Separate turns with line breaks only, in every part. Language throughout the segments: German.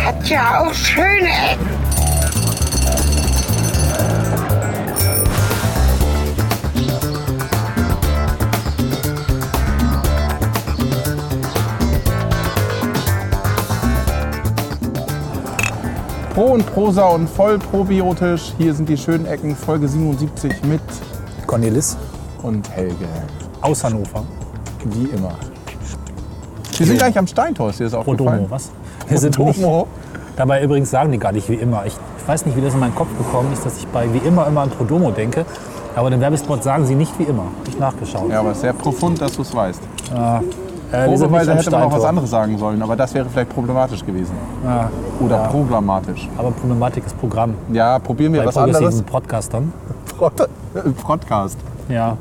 hat ja auch schöne Ecken.
Pro und Prosa und voll probiotisch. Hier sind die schönen Ecken, Folge 77 mit
Cornelis
und Helge.
aus Hannover.
Wie immer. Wir sind gleich am Steintor, ist dir das
Prodomo,
aufgefallen?
was? Wir sind nicht,
Prodomo.
dabei übrigens sagen die gar nicht wie immer. Ich weiß nicht, wie das in meinen Kopf gekommen ist, dass ich bei wie immer immer an Prodomo denke. Aber den Werbespot sagen sie nicht wie immer. Nicht nachgeschaut.
Ja, aber sehr profund, dass du es weißt.
Äh, wir sind nicht
Probeweise
am
hätte man auch was
Steintor.
anderes sagen sollen, aber das wäre vielleicht problematisch gewesen.
Ah,
Oder programmatisch.
Aber Problematik ist Programm.
Ja, probieren wir
Bei
was anderes.
progressiven Podcastern.
Prod Podcast.
Ja.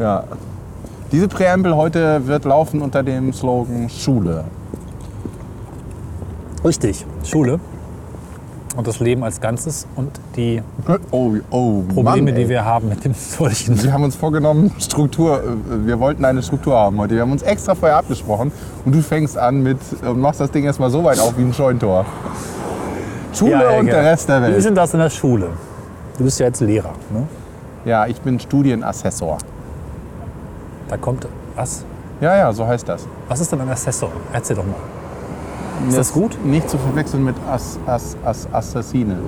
Ja. Diese Präambel heute wird laufen unter dem Slogan Schule.
Richtig. Schule. Und das Leben als Ganzes und die
Oh, oh,
Probleme,
Mann, ey.
die wir haben mit dem solchen.
Wir haben uns vorgenommen, Struktur, äh, wir wollten eine Struktur haben heute. Wir haben uns extra vorher abgesprochen und du fängst an mit, äh, machst das Ding erstmal so weit auf wie ein Scheuntor. Schule
Ja, genau.
und
Helge.
der Rest der
Wie ist
Welt.
denn das in der Schule? Du bist ja jetzt Lehrer. Ne?
Ja, ich bin Studienassessor.
Da kommt was?
Ja, ja, so heißt das.
Was ist denn ein Assessor? Erzähl doch mal.
Ist
das gut?
Nicht zu verwechseln mit Ass, Ass, Ass, Assassine.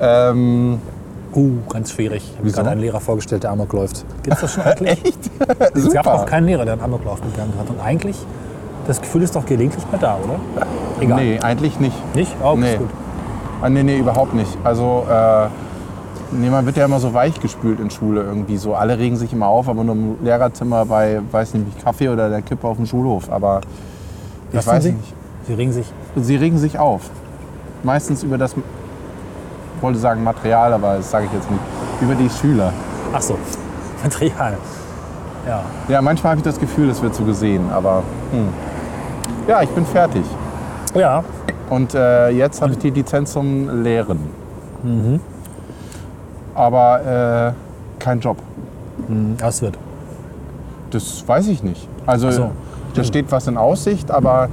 Ähm,
Uh, ganz schwierig. Ich habe
Wieso?
gerade einen Lehrer vorgestellt, der Amok läuft. Gibt's das schon eigentlich?
echt?
Es gab
Super.
noch keinen Lehrer, der einen Amoklauf begangen hat. Und eigentlich, das Gefühl ist doch gelegentlich mal da, oder? Egal.
Nee, eigentlich nicht.
Nicht? Oh,
Nee.
ist gut.
Ah, nee, nee, überhaupt nicht. Also, äh, nee, man wird ja immer so weich gespült in Schule irgendwie. So, alle regen sich immer auf, aber nur im Lehrerzimmer bei, weiß nicht, Kaffee oder der Kippe auf dem Schulhof. Aber ich
Was
weiß
tun
nicht.
Sie regen sich.
Sie regen sich auf. Meistens über das, ich wollte sagen Material, aber das sage ich jetzt nicht. Über die Schüler.
Ach so, Material. Ja.
Ja, manchmal habe ich das Gefühl, es wird so gesehen, aber hm. ja, ich bin fertig.
Ja,
Und äh, jetzt habe ich die Lizenz zum Lehren. Aber äh, kein Job.
das wird.
Das weiß ich nicht. Also
Ach so,
da steht was in Aussicht, aber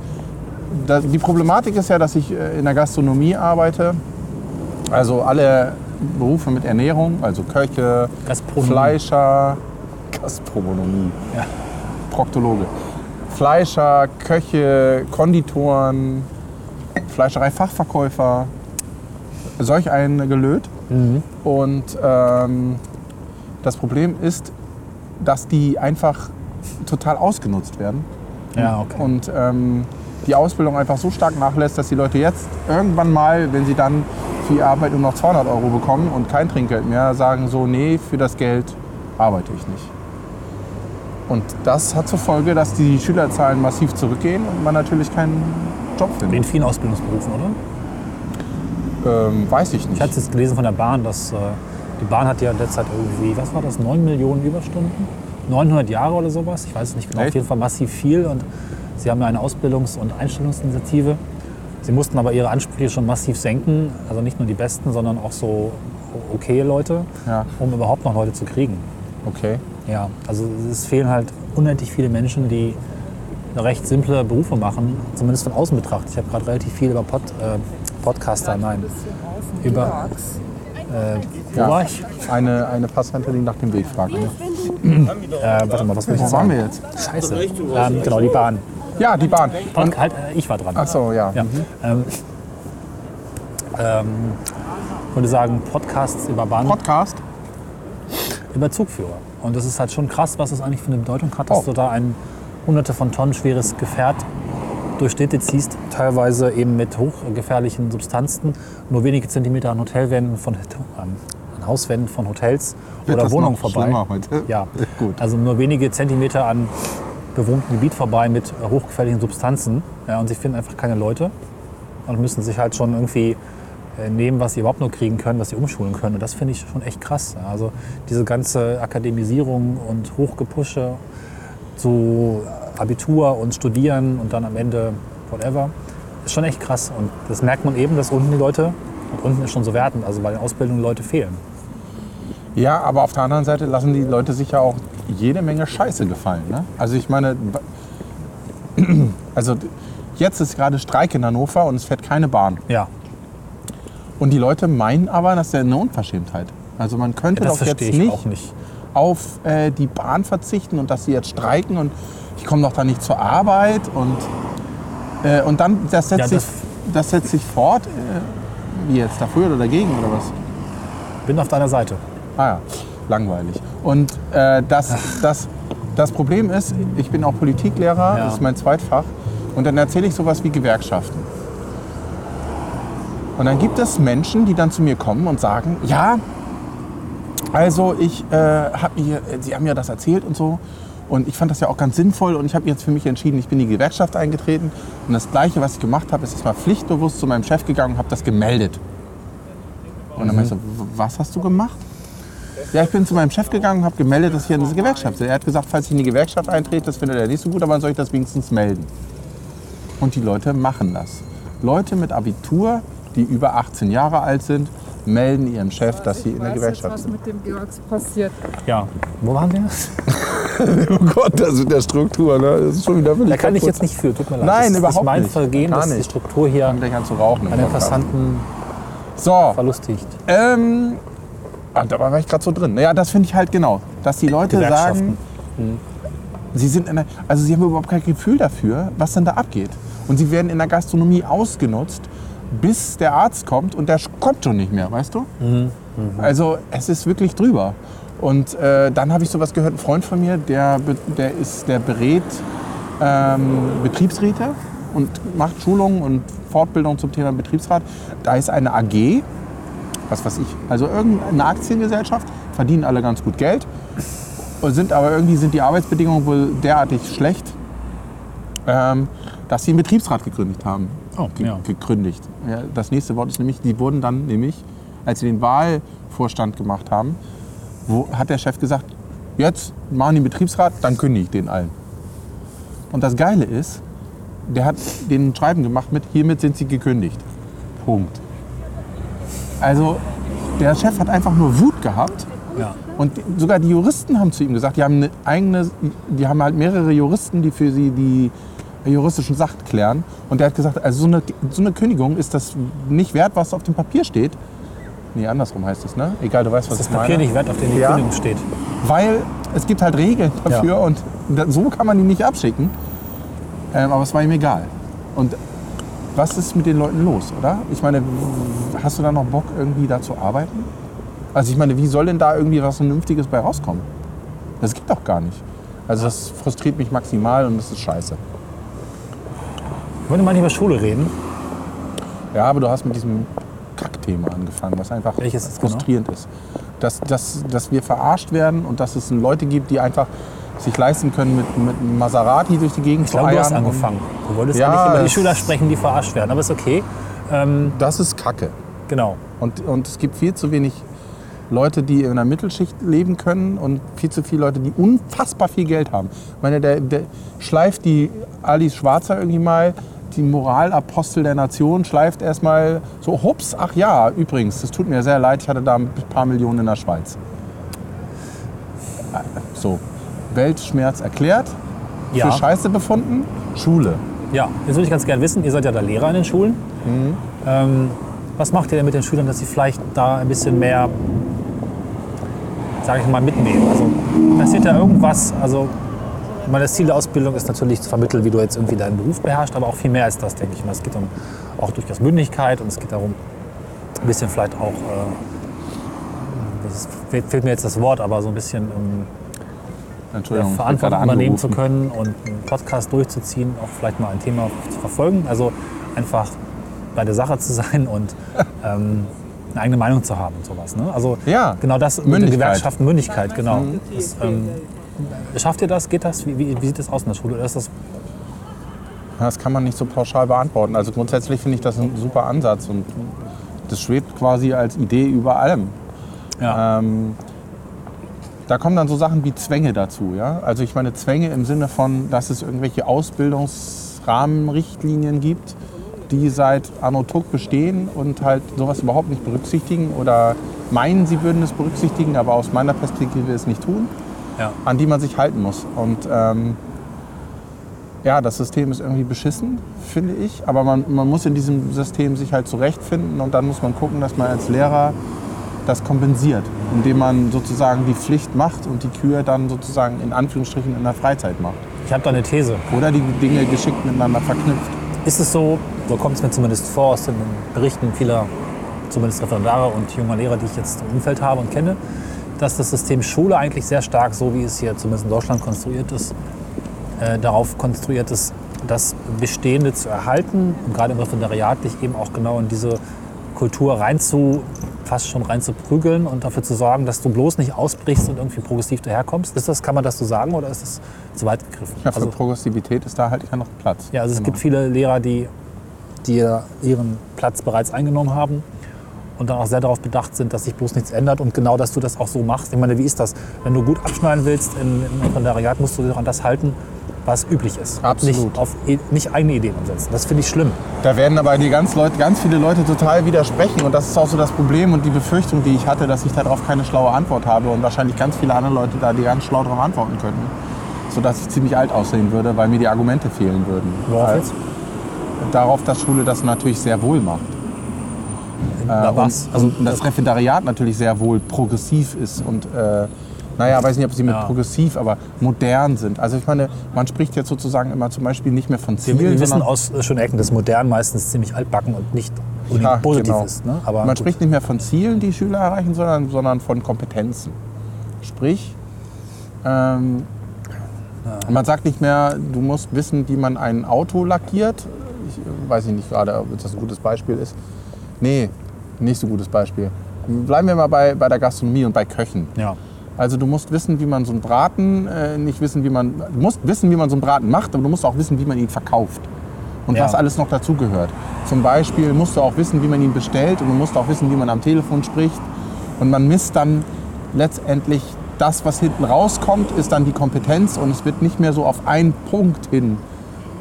da, die Problematik ist ja, dass ich äh, in der Gastronomie arbeite. Also alle Berufe mit Ernährung, also Köche,
Gastronomie.
Fleischer, Gastronomie,
Ja.
Proktologe, Fleischer, Köche, Konditoren, Fleischereifachverkäufer, solch ein Gelöt. Und ähm, das Problem ist, dass die einfach total ausgenutzt werden
Ja, okay.
und ähm, die Ausbildung einfach so stark nachlässt, dass die Leute jetzt irgendwann mal, wenn sie dann für die Arbeit nur noch 200 Euro bekommen und kein Trinkgeld mehr, sagen so, nee, für das Geld arbeite ich nicht. Und das hat zur Folge, dass die Schülerzahlen massiv zurückgehen und man natürlich keinen Job
In
findet.
vielen Ausbildungsberufen, oder?
Ähm, weiß ich
Ich hatte es
nicht.
jetzt gelesen von der Bahn, dass äh, die Bahn hat ja in letzter Zeit irgendwie, was war das, 9 Millionen Überstunden? 900 Jahre oder sowas? Ich weiß es nicht genau.
Echt?
Auf jeden Fall massiv viel. Und sie haben ja eine Ausbildungs- und Einstellungsinitiative. Sie mussten aber ihre Ansprüche schon massiv senken. Also nicht nur die Besten, sondern auch so okay Leute,
Ja.
um überhaupt noch Leute zu kriegen.
Okay.
Ja, also es fehlen halt unendlich viele Menschen, die recht simple Berufe machen, zumindest von außen betrachtet. Ich habe gerade relativ viel über Pod, äh, Podcaster, nein, über... Äh, wo
Ja.
war ich?
Eine, eine Passante, die nach dem Weg fragt. Ne?
Äh, warte mal, was will ich
Wo
jetzt
waren wir
sagen?
jetzt?
Scheiße. Ähm, genau, die Bahn.
Ja, die Bahn.
Und halt, äh, ich war dran.
Ach so, ja.
Ja. Ähm, ähm, würde sagen, Podcasts über Bahn,
Podcast?
über Zugführer. Und das ist halt schon krass, was das eigentlich für eine Bedeutung hat, dass
Oh.
du da ein hunderte von Tonnen schweres Gefährt durch Städte ziehst, teilweise eben mit hochgefährlichen Substanzen, nur wenige Zentimeter an Hotelwänden von ähm, an Hauswänden von Hotels
Wird
oder
das
Wohnungen
noch
vorbei.
schlimmer heute?
Ja,
Gut.
Also nur wenige Zentimeter an bewohntem Gebiet vorbei mit hochgefährlichen Substanzen. Ja, und sie finden einfach keine Leute und müssen sich halt schon irgendwie äh, nehmen, was sie überhaupt nur kriegen können, was sie umschulen können. Und das finde ich schon echt krass. Ja, Also diese ganze Akademisierung und Hochgepusche zu Abitur und Studieren und dann am Ende whatever, ist schon echt krass. Und das merkt man eben, dass unten die Leute, und unten ist schon so wertend, also bei den Ausbildungen Leute fehlen.
Ja, aber auf der anderen Seite lassen die Leute sich ja auch jede Menge Scheiße gefallen. Ne? Also ich meine, also Jetzt ist gerade Streik in Hannover und es fährt keine Bahn.
Ja,
Und die Leute meinen aber, das wäre eine Unverschämtheit. Also man könnte
das
doch jetzt
verstehe ich
nicht
auch nicht.
auf äh, die Bahn verzichten und dass sie jetzt streiken und ich komme doch da nicht zur Arbeit und, äh, und dann, das setzt,
Ja,
sich,
das-
das setzt sich fort, äh, wie jetzt, dafür oder dagegen oder was?
Bin auf deiner Seite.
Ah ja, langweilig. Und äh, das, das, das Problem ist, ich bin auch Politiklehrer,
Ja.
das ist mein Zweitfach, und dann erzähle ich sowas wie Gewerkschaften. Und dann gibt es Menschen, die dann zu mir kommen und sagen, ja, also ich äh, habe mir, sie haben ja das erzählt und so, und ich fand das ja auch ganz sinnvoll und ich habe jetzt für mich entschieden, ich bin in die Gewerkschaft eingetreten und das Gleiche, was ich gemacht habe, ist erstmal pflichtbewusst zu meinem Chef gegangen und habe das gemeldet. Und dann meinst du, w- was hast du gemacht? Ja, ich bin zu meinem Chef gegangen und habe gemeldet, dass ich in diese Gewerkschaft bin. Er hat gesagt, falls ich in die Gewerkschaft eintrete, das findet er nicht so gut, aber dann soll ich das wenigstens melden. Und die Leute machen das. Leute mit Abitur, die über 18 Jahre alt sind, melden ihrem Chef, dass sie in der
weiß
Gewerkschaft
jetzt,
sind.
was mit dem Georgs passiert.
Ja, wo waren wir?
Oh Gott, das mit der Struktur, ne? das ist schon wieder
Da kann ich jetzt nicht für, tut mir leid.
Nein,
das
überhaupt
ist mein
nicht.
Vergehen,
Gar
dass die
nicht.
Struktur hier an
Gleich an zu halt rauchen. im
den
Podcast.
Passanten
So,
verlustigt.
Ähm, ah, da war ich gerade so drin. Naja, das finde ich halt genau, dass die Leute sagen,
Gewerkschaften.
sie sind in der, also sie haben überhaupt kein Gefühl dafür, was denn da abgeht. Und sie werden in der Gastronomie ausgenutzt, bis der Arzt kommt und der kommt schon nicht mehr, weißt du? Also es ist wirklich drüber. Und äh, dann habe ich sowas gehört, ein Freund von mir, der, be- der ist, der berät ähm, Betriebsräte und macht Schulungen und Fortbildung zum Thema Betriebsrat. Da ist eine AG, was weiß ich, also irgendeine Aktiengesellschaft, verdienen alle ganz gut Geld, und sind aber irgendwie sind die Arbeitsbedingungen wohl derartig schlecht, ähm, dass sie einen Betriebsrat gegründet haben.
Oh,
Ge
ja.
Gekündigt. Ja, das nächste Wort ist nämlich, die wurden dann nämlich, als sie den Wahlvorstand gemacht haben, wo, hat der Chef gesagt, jetzt machen die einen Betriebsrat, dann kündige ich den allen. Und das Geile ist, der hat den Schreiben gemacht mit, hiermit sind sie gekündigt. Punkt. Also der Chef hat einfach nur Wut gehabt
Ja.
und sogar die Juristen haben zu ihm gesagt, die haben eine eigene, die haben halt mehrere Juristen, die für sie die juristischen Sachen klären. Und der hat gesagt, also so eine, so eine Kündigung ist das nicht wert, was auf dem Papier steht. Nee, andersrum heißt es, ne? Egal, du weißt, was
Das
ich meine.
Papier nicht wert, auf dem die
Ja.
Kündigung steht.
Weil es gibt halt Regeln dafür
Ja.
und da- so kann man die nicht abschicken. Ähm, aber es war ihm egal. Und was ist mit den Leuten los, oder? Ich meine, w- hast du da noch Bock, irgendwie da zu arbeiten? Also ich meine, wie soll denn da irgendwie was Vernünftiges bei rauskommen? Das geht doch gar nicht. Also das frustriert mich maximal und das ist scheiße.
Wir wollen mal nicht über Schule reden.
Ja, aber du hast mit diesem Kackthema angefangen, was einfach
Welches ist genau?
frustrierend ist. Dass, dass, dass wir verarscht werden und dass es Leute gibt, die einfach sich leisten können, mit, mit einem Maserati durch die Gegend
Ich
zu
glaube, du hast
eiern. und-
angefangen. Du wolltest
Ja,
ja, nicht über die
das-
Schüler sprechen, die verarscht werden, aber ist okay. Ähm,
Das ist Kacke.
genau.
Und, und es gibt viel zu wenig Leute, die in der Mittelschicht leben können und viel zu viele Leute, die unfassbar viel Geld haben. Ich meine, der, der schleift die Alice Schwarzer irgendwie mal, die Moralapostel der Nation, schleift erstmal so, hups, ach ja, übrigens, das tut mir sehr leid, ich hatte da ein paar Millionen in der Schweiz. Äh, So, Weltschmerz erklärt,
Ja.
für Scheiße befunden, Schule.
Ja, jetzt würde ich ganz gerne wissen, ihr seid ja da Lehrer in den Schulen. Ähm, was macht ihr denn mit den Schülern, dass sie vielleicht da ein bisschen mehr, sage ich mal, mitnehmen? Also passiert da irgendwas? Also ich meine, das Ziel der Ausbildung ist natürlich zu vermitteln, wie du jetzt irgendwie deinen Beruf beherrschst, aber auch viel mehr als das, denke ich mal. Es geht um auch durchaus Mündigkeit und es geht darum, ein bisschen vielleicht auch, äh, das ist, fe- fehlt mir jetzt das Wort, aber so ein bisschen ähm,
Entschuldigung, ich bin
Äh, Verantwortung
gerade
übernehmen zu
angerufen.
können und einen Podcast durchzuziehen, auch vielleicht mal ein Thema zu verfolgen. Also einfach bei der Sache zu sein und ähm, eine eigene Meinung zu haben und sowas. Ne? Also
Ja,
genau das mit der
Mündigkeit.
Gewerkschaft Mündigkeit, genau. Das, ähm, schafft ihr das? Geht das? Wie, wie, wie sieht das aus in der Schule? Oder ist das
Das kann man nicht so pauschal beantworten. Also grundsätzlich finde ich das ein super Ansatz und das schwebt quasi als Idee über allem.
ja,
Ähm, da kommen dann so Sachen wie Zwänge dazu. Ja? Also ich meine Zwänge im Sinne von, dass es irgendwelche Ausbildungsrahmenrichtlinien gibt, die seit Anno Tuck bestehen und halt sowas überhaupt nicht berücksichtigen oder meinen, sie würden es berücksichtigen, aber aus meiner Perspektive es nicht tun
ja.
an die man sich halten muss. Und ähm, ja, das System ist irgendwie beschissen, finde ich. Aber man, man muss in diesem System sich halt zurechtfinden und dann muss man gucken, dass man als Lehrer das kompensiert, indem man sozusagen die Pflicht macht und die Kühe dann sozusagen in Anführungsstrichen in der Freizeit macht.
Ich habe da eine These.
Oder die Dinge geschickt miteinander verknüpft.
Ist es so, so kommt es mir zumindest vor aus den Berichten vieler, zumindest Referendare und junger Lehrer, die ich jetzt im Umfeld habe und kenne, dass das System Schule eigentlich sehr stark, so wie es hier zumindest in Deutschland konstruiert ist, äh, darauf konstruiert ist, das Bestehende zu erhalten und gerade im Referendariat dich eben auch genau in diese Kultur rein zu, fast schon rein zu prügeln und dafür zu sorgen, dass du bloß nicht ausbrichst und irgendwie progressiv daherkommst. Ist das, kann man das so sagen oder ist das zu weit gegriffen?
Ja, für
Also-
Progressivität ist da halt ja noch Platz.
ja, also es
Genau.
gibt viele Lehrer, die, die ihren Platz bereits eingenommen haben und dann auch sehr darauf bedacht sind, dass sich bloß nichts ändert und genau, dass du das auch so machst. Ich meine, wie ist das? Wenn du gut abschneiden willst im, im Referendariat, musst du dich auch an das halten, was üblich ist.
Absolut.
Nicht, auf, i- nicht eigene Ideen umsetzen. Das finde ich schlimm.
Da werden aber die ganz, Leute, ganz viele Leute total widersprechen. Und das ist auch so das Problem und die Befürchtung, die ich hatte, dass ich darauf keine schlaue Antwort habe und wahrscheinlich ganz viele andere Leute da, die ganz schlau darauf antworten könnten. Sodass ich ziemlich alt aussehen würde, weil mir die Argumente fehlen würden.
Worauf
Weil-
jetzt?
Darauf, dass Schule das natürlich sehr wohl macht.
Na, was?
äh, und,
Also,
und das Referendariat natürlich sehr wohl progressiv ist und äh, naja, weiß nicht, ob sie mit
Ja.
progressiv, aber modern sind. Also ich meine, man spricht jetzt sozusagen immer zum Beispiel nicht mehr von
wir,
Zielen,
wir wissen
sondern
aus äh, schon Ecken, dass modern meistens ziemlich altbacken und nicht unbedingt
Ja,
positiv
genau.
ist. Ne? Aber
man
gut.
spricht nicht mehr von Zielen, die Schüler erreichen, sondern, sondern von Kompetenzen. Sprich, ähm, man sagt nicht mehr, du musst wissen, wie man ein Auto lackiert. Ich äh, weiß nicht gerade, ob das ein gutes Beispiel ist. Nee, nicht so gutes Beispiel. Bleiben wir mal bei, bei der Gastronomie und bei Köchen.
ja.
Also du musst wissen, wie man so einen Braten, äh, nicht wissen, wie man, du musst wissen, wie man so einen Braten macht, aber du musst auch wissen, wie man ihn verkauft. Und
Ja.
was alles noch dazugehört. Zum Beispiel musst du auch wissen, wie man ihn bestellt und du musst auch wissen, wie man am Telefon spricht. Und man misst dann letztendlich das, was hinten rauskommt, ist dann die Kompetenz und es wird nicht mehr so auf einen Punkt hin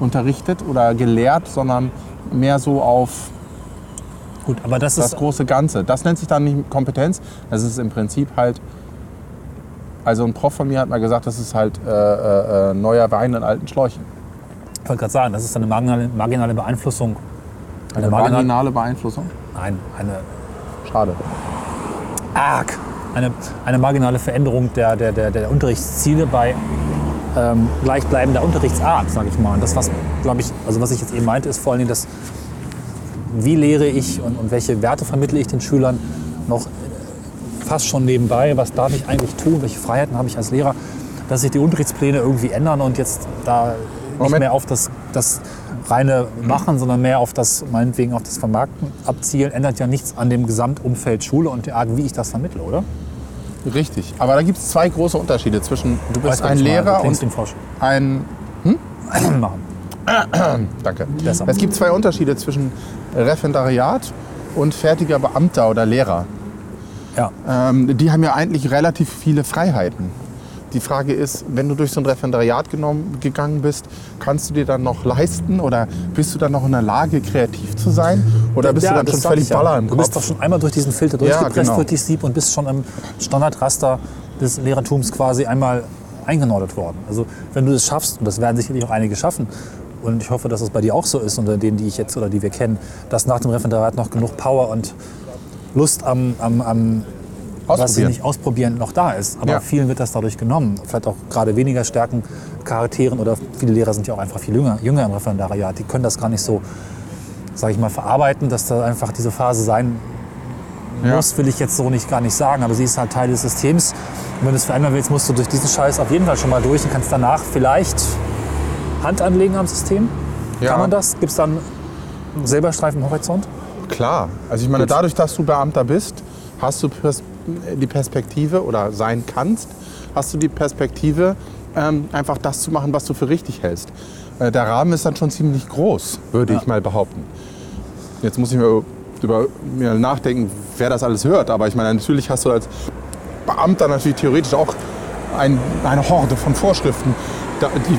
unterrichtet oder gelehrt, sondern mehr so auf
Gut, aber das,
das
ist
große Ganze. Das nennt sich dann nicht Kompetenz. Das ist im Prinzip halt. Also ein Prof von mir hat mal gesagt, das ist halt äh, äh, äh, neuer Wein in alten Schläuchen.
Ich wollte gerade sagen, das ist eine marginale, marginale Beeinflussung.
Eine
marginal-
marginale Beeinflussung.
Nein, eine
Schade.
arg. Eine, eine marginale Veränderung der, der, der, der Unterrichtsziele bei ähm, gleichbleibender Unterrichtsart, sage ich mal. Und das, was, glaube ich, also was ich jetzt eben meinte, ist vor allen Dingen, dass wie lehre ich und, und welche Werte vermittle ich den Schülern noch äh, fast schon nebenbei, was darf ich eigentlich tun, welche Freiheiten habe ich als Lehrer, dass sich die Unterrichtspläne irgendwie ändern und jetzt da nicht
Moment.
mehr auf das, das reine Machen, sondern mehr auf das, meinetwegen auf das Vermarkten abzielen, ändert ja nichts an dem Gesamtumfeld Schule und der Art, wie ich das vermittle, oder?
Richtig. Aber da gibt es zwei große Unterschiede zwischen du bist
Weißt du,
ein
was ich meine?
Lehrer
Du klingst
und
den Frosch.
ein
machen.
Danke.
Besser.
Es gibt zwei Unterschiede zwischen Referendariat und fertiger Beamter oder Lehrer.
Ja.
Ähm, die haben ja eigentlich relativ viele Freiheiten. Die Frage ist, wenn du durch so ein Referendariat genommen, gegangen bist, kannst du dir dann noch leisten oder bist du dann noch in der Lage, kreativ zu sein? Oder bist
Ja,
du dann
das
schon
sag
völlig
ich ja.
Baller im
Du
Kopf?
bist doch schon einmal durch diesen Filter durchgepresst,
genau.
durch die Sieb und bist schon im Standardraster des Lehrertums quasi einmal eingenordet worden. Also wenn du das schaffst, und das werden sicherlich auch einige schaffen, und ich hoffe, dass es bei dir auch so ist, unter denen, die ich jetzt oder die wir kennen, dass nach dem Referendariat noch genug Power und Lust am, am, am was sie
Ausprobieren.
nicht ausprobieren, noch da ist. Aber
Ja.
vielen wird das dadurch genommen. Vielleicht auch gerade weniger starken Charakteren oder viele Lehrer sind ja auch einfach viel jünger, jünger im Referendariat. Die können das gar nicht so, sage ich mal, verarbeiten, dass da einfach diese Phase sein
Ja.
muss, will ich jetzt so nicht gar nicht sagen. Aber sie ist halt Teil des Systems. Und wenn du es verändern willst, musst du durch diesen Scheiß auf jeden Fall schon mal durch und kannst danach vielleicht Hand anlegen am System.
Ja.
Kann man das? Gibt es dann einen Silberstreifen am Horizont?
Klar. Also ich meine, dadurch, dass du Beamter bist, hast du pers die Perspektive oder sein kannst, hast du die Perspektive, ähm, einfach das zu machen, was du für richtig hältst. Äh, der Rahmen ist dann schon ziemlich groß, würde ich mal behaupten. Jetzt muss ich mir über mir nachdenken, wer das alles hört. Aber ich meine, natürlich hast du als Beamter natürlich theoretisch auch ein, eine Horde von Vorschriften, da- die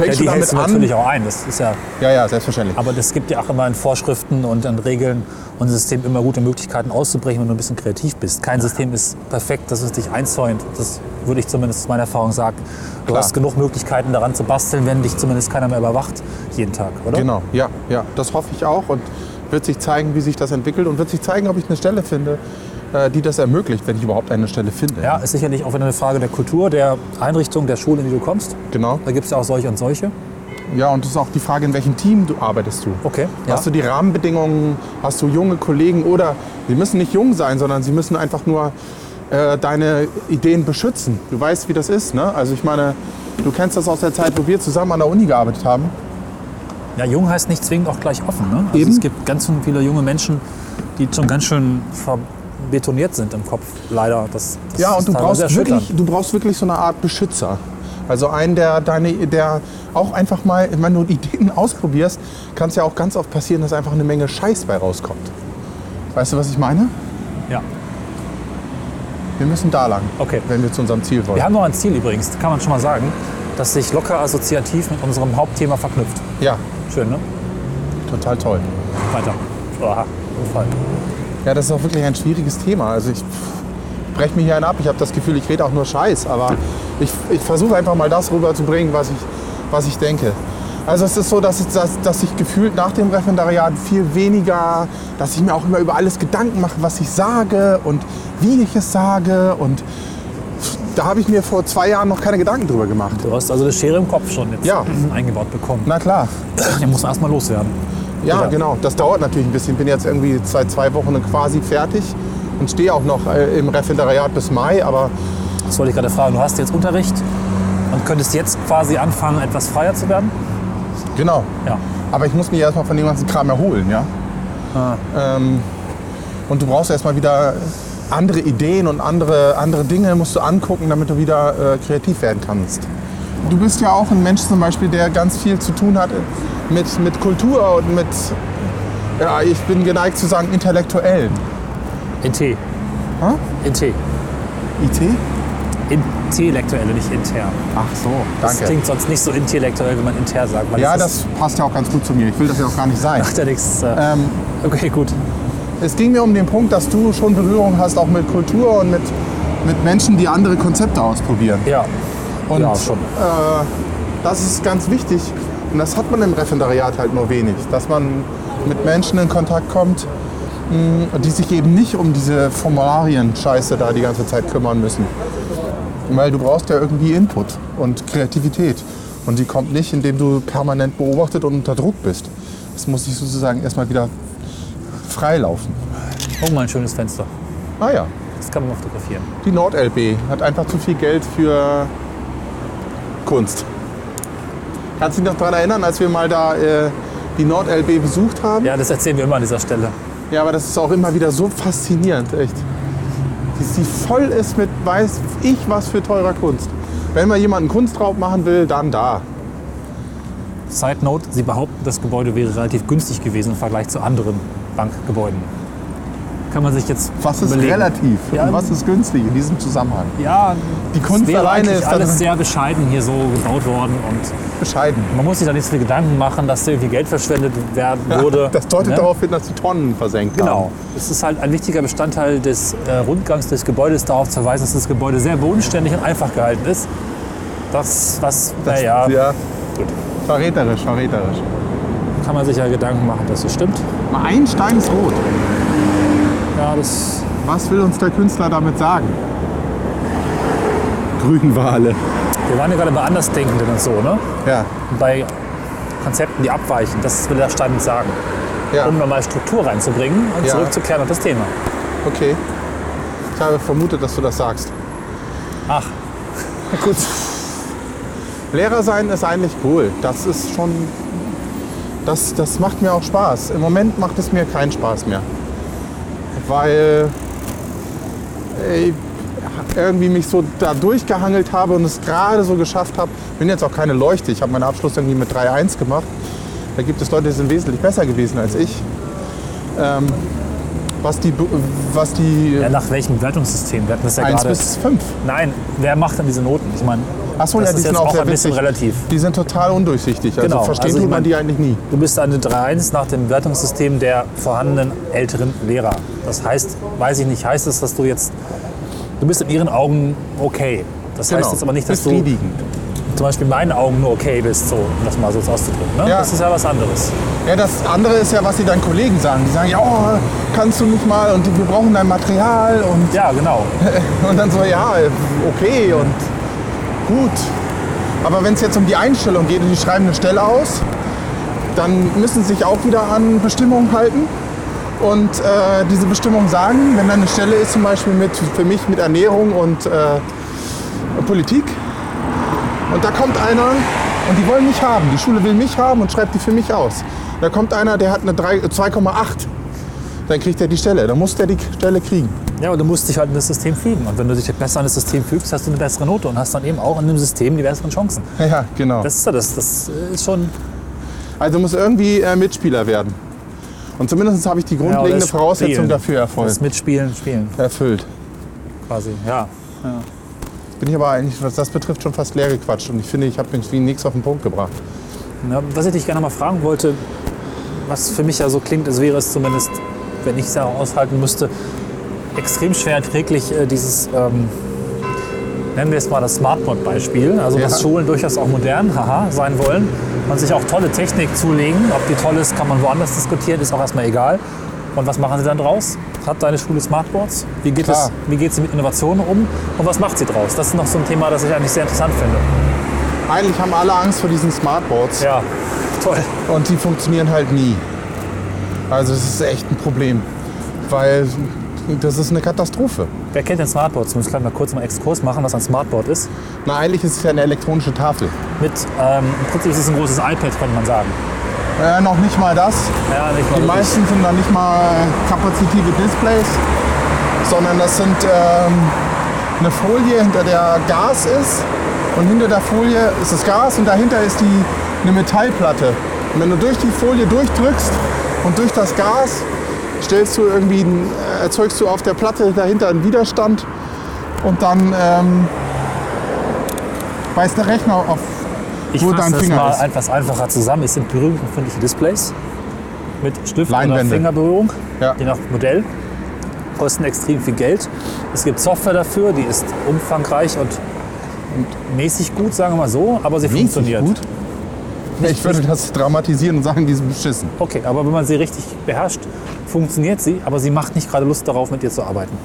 fängst
die
du damit
hältst du
an?
natürlich auch ein. Das ist ja,
Ja, ja, selbstverständlich.
aber das gibt ja auch immer in Vorschriften und an Regeln und System immer gute Möglichkeiten auszubrechen, wenn du ein bisschen kreativ bist. Kein System ist perfekt, dass es dich einzäunt. Das würde ich zumindest aus meiner Erfahrung sagen. Du
Klar.
hast genug Möglichkeiten daran zu basteln, wenn dich zumindest keiner mehr überwacht jeden Tag, oder?
Genau, ja, ja, das hoffe ich auch und wird sich zeigen, wie sich das entwickelt und wird sich zeigen, ob ich eine Stelle finde, äh, die das ermöglicht, wenn ich überhaupt eine Stelle finde.
Ja, ist sicherlich auch wieder eine Frage der Kultur, der Einrichtung, der Schule, in die du kommst.
Genau.
Da gibt es ja auch solche und solche.
Ja, und das ist auch die Frage, in welchem Team du arbeitest du.
Okay. Ja.
Hast du die Rahmenbedingungen, hast du junge Kollegen oder sie müssen nicht jung sein, sondern sie müssen einfach nur äh, deine Ideen beschützen. Du weißt, wie das ist. Ne? Also ich meine, du kennst das aus der Zeit, wo wir zusammen an der Uni gearbeitet haben.
ja, jung heißt nicht zwingend auch gleich offen. Ne? Also
Eben.
Es gibt ganz schön viele junge Menschen, die schon ganz schön verbetoniert sind im Kopf, leider. Das, das
Ja,
ist
und du
teilweise
brauchst,
erschütternd.
wirklich, du brauchst wirklich so eine Art Beschützer. Also einen, der, deine, der auch einfach mal, wenn du Ideen ausprobierst, kann es ja auch ganz oft passieren, dass einfach eine Menge Scheiß bei rauskommt. Weißt du, was ich meine?
Ja.
Wir müssen da lang,
Okay.
wenn wir zu unserem Ziel wollen.
Wir haben noch ein Ziel übrigens, kann man schon mal sagen, das sich locker assoziativ mit unserem Hauptthema verknüpft.
Ja,
Schön, ne?
total toll.
Weiter. Aha, Unfall.
Ja, das ist auch wirklich ein schwieriges Thema. Also ich breche mich hier einen ab. Ich habe das Gefühl, ich rede auch nur Scheiß, aber ich, ich versuche einfach mal das rüberzubringen, was ich, was ich denke. Also es ist so, dass, ich- dass, dass ich gefühlt nach dem Referendariat viel weniger, dass ich mir auch immer über alles Gedanken mache, was ich sage und wie ich es sage. Und da habe ich mir vor zwei Jahren noch keine Gedanken drüber gemacht.
Du hast also eine Schere im Kopf schon jetzt
Ja.
eingebaut bekommen.
Na klar.
Den muss man erstmal loswerden.
Ja,
Oder?
genau. Das dauert natürlich ein bisschen. Ich bin jetzt irgendwie seit zwei Wochen quasi fertig und stehe auch noch äh, im Referendariat bis Mai, aber
Das wollte ich gerade fragen. Du hast jetzt Unterricht und könntest jetzt quasi anfangen, etwas freier zu werden?
Genau.
Ja.
Aber ich muss mich erstmal von dem ganzen Kram erholen, ja? Ähm, und du brauchst erstmal wieder andere Ideen und andere, andere Dinge musst du angucken, damit du wieder äh, kreativ werden kannst. Du bist ja auch ein Mensch zum Beispiel, der ganz viel zu tun hat mit, mit Kultur und mit, ja, ich bin geneigt zu sagen, intellektuellen.
NT.
Hä?
NT.
IT?
Intellektuelle, nicht intern.
Ach so,
Das
danke.
klingt sonst nicht so intellektuell, wenn man inter sagt. weil
Ja,
es ist-
das passt ja auch ganz gut zu mir. Ich will das ja auch gar nicht sein.
macht ja nichts. Äh,
Ähm,
okay, gut.
Es ging mir um den Punkt, dass du schon Berührung hast, auch mit Kultur und mit, mit Menschen, die andere Konzepte ausprobieren.
Ja.
Und
ja, schon.
Äh, das ist ganz wichtig. Und das hat man im Referendariat halt nur wenig, dass man mit Menschen in Kontakt kommt, mh, die sich eben nicht um diese Formularien-Scheiße da die ganze Zeit kümmern müssen. Weil du brauchst ja irgendwie Input und Kreativität. Und die kommt nicht, indem du permanent beobachtet und unter Druck bist. Das muss sich sozusagen erstmal wieder freilaufen.
Oh, mal ein schönes Fenster.
Ah ja.
Das kann man mal fotografieren.
Die NordLB hat einfach zu viel Geld für Kunst. Kannst du dich noch daran erinnern, als wir mal da äh, die NordLB besucht haben?
Ja, das erzählen wir immer an dieser Stelle.
Ja, aber das ist auch immer wieder so faszinierend, echt. Die, die voll ist mit weiß ich was für teurer Kunst. Wenn mal jemand einen Kunstraub machen will, dann da.
Side Note, Sie behaupten, das Gebäude wäre relativ günstig gewesen im Vergleich zu anderen Bankgebäuden. Kann man sich jetzt
Was ist
überlegen.
relativ
Ja,
und was ist günstig in diesem Zusammenhang?
Ja,
Die Kunst
es wäre
alleine
eigentlich
ist dann-
alles sehr bescheiden hier so gebaut worden und
Bescheiden.
man muss sich da nicht so viel Gedanken machen, dass da irgendwie Geld verschwendet werden wurde.
Das deutet
ne?
darauf hin, dass die Tonnen versenkt
Genau.
haben.
Es ist halt ein wichtiger Bestandteil des äh, Rundgangs des Gebäudes, darauf zu weisen, dass das Gebäude sehr bodenständig und einfach gehalten ist. Das, was,
Das-
naja,
ja. Verräterisch, verräterisch.
kann man sich ja Gedanken machen, dass das stimmt.
Mal ein Stein ist rot.
Ja, das
Was will uns der Künstler damit sagen? Grünwale.
Wir waren ja gerade bei Andersdenkenden und so, ne?
Ja,
Und Bei Konzepten, die abweichen. Das will der Stein uns sagen.
ja,
Um nochmal Struktur reinzubringen und
Ja.
zurückzukehren auf das Thema.
okay. Ich habe vermutet, dass du das sagst.
Ach,
Gut. Lehrer sein ist eigentlich cool. Das ist schon. Das, das macht mir auch Spaß. Im Moment macht es mir keinen Spaß mehr. Weil ich irgendwie mich so da durchgehangelt habe und es gerade so geschafft habe. Bin jetzt auch keine Leuchte. Ich habe meinen Abschluss irgendwie mit 3-1 gemacht. Da gibt es Leute, die sind wesentlich besser gewesen als ich. Ähm, was die, was die
Ja, nach welchem Wertungssystem? Wir hatten das ja
1
gerade.
bis 5.
Nein, wer macht denn diese Noten? Ich meine,
Achso,
das
ja, die
ist
sind
jetzt
auch
auch
sehr
ein bisschen
witzig.
relativ.
Die sind total undurchsichtig. Also
Genau,
verstehen
also ich
tut man
mein-
die eigentlich nie.
Du bist eine 3-1 nach dem Wertungssystem der vorhandenen älteren Lehrer. Das heißt, weiß ich nicht, heißt es, dass du jetzt, du bist in ihren Augen okay. Das heißt jetzt aber nicht, dass du
Genau. Befriedigend.
zum Beispiel in meinen Augen nur okay bist, so, um das mal so auszudrücken. Ne?
Ja.
Das ist ja was anderes.
Ja, das andere ist ja, was die deinen Kollegen sagen. Die sagen, ja, oh, kannst du nicht mal und wir brauchen dein Material und,
Ja, genau.
und dann so, ja, okay und gut. Aber wenn es jetzt um die Einstellung geht und die schreiben eine Stelle aus, dann müssen sie sich auch wieder an Bestimmungen halten und äh, diese Bestimmung sagen, wenn da eine Stelle ist zum Beispiel mit, für mich mit Ernährung und äh, Politik und da kommt einer und die wollen mich haben, die Schule will mich haben und schreibt die für mich aus. Da kommt einer, der hat eine drei- äh, 2,8, dann kriegt er die Stelle, dann muss der die Stelle kriegen.
Ja, aber du musst dich halt in das System fügen. Und wenn du dich halt besser an das System fügst, hast du eine bessere Note und hast dann eben auch in dem System die besseren Chancen.
Ja, genau.
Das ist ja das. Das ist schon
Also muss irgendwie äh, Mitspieler werden. Und zumindest habe ich die
Ja, oder
grundlegende
das
Voraussetzung
Spielen.
dafür erfolgt,
das Mitspielen, Spielen
erfüllt.
quasi. Ja.
Bin ich aber eigentlich, was das betrifft, schon fast leer gequatscht. Und ich finde, ich habe irgendwie nichts auf den Punkt gebracht.
Na, was ich dich gerne mal fragen wollte, was für mich ja so klingt, als wäre es zumindest, wenn ich es ja auch aushalten müsste, extrem schwer erträglich, äh, dieses, ähm, nennen wir es mal das Smartboard-Beispiel, also
Ja.
dass Schulen durchaus auch modern haha, sein wollen und sich auch tolle Technik zulegen. Ob die toll ist, kann man woanders diskutieren, ist auch erstmal egal. Und was machen sie dann draus? Hat deine Schule Smartboards? Wie geht, es,
Klar.
wie geht sie mit Innovationen um? Und was macht sie draus? Das ist noch so ein Thema, das ich eigentlich sehr interessant finde.
Eigentlich haben alle Angst vor diesen Smartboards
Ja, toll.
und die funktionieren halt nie. Also das ist echt ein Problem, weil das ist eine Katastrophe.
Wer kennt denn Smartboards? Muss ich gleich mal kurz mal einen Exkurs machen, was ein Smartboard ist.
Na, eigentlich ist es ja eine elektronische Tafel.
Mit, ähm, Im Prinzip ist es ein großes iPad, könnte man sagen.
Äh, noch nicht mal das.
Ja, nicht
Die
mal wirklich.
meisten sind dann nicht mal kapazitive Displays, sondern das sind ähm, eine Folie, hinter der Gas ist. Und hinter der Folie ist das Gas und dahinter ist die, eine Metallplatte. Und wenn du durch die Folie durchdrückst und durch das Gas stellst du irgendwie, einen- äh, erzeugst du auf der Platte dahinter einen Widerstand und dann ähm, weiß der Rechner auf.
Ich
wo
fasse
dein
das
Finger
mal
ist.
etwas einfacher zusammen. Es sind berührungsempfindliche Displays mit Stift-
Leinwände.
oder Fingerberührung,
Ja.
je nach Modell. Kosten extrem viel Geld. Es gibt Software dafür, die ist umfangreich und, und mäßig gut, sagen wir mal so, aber sie funktioniert.
Gut. Ich würde das dramatisieren und sagen, die sind beschissen.
Okay, aber wenn man sie richtig beherrscht, funktioniert sie, aber sie macht nicht gerade Lust darauf, mit ihr zu arbeiten.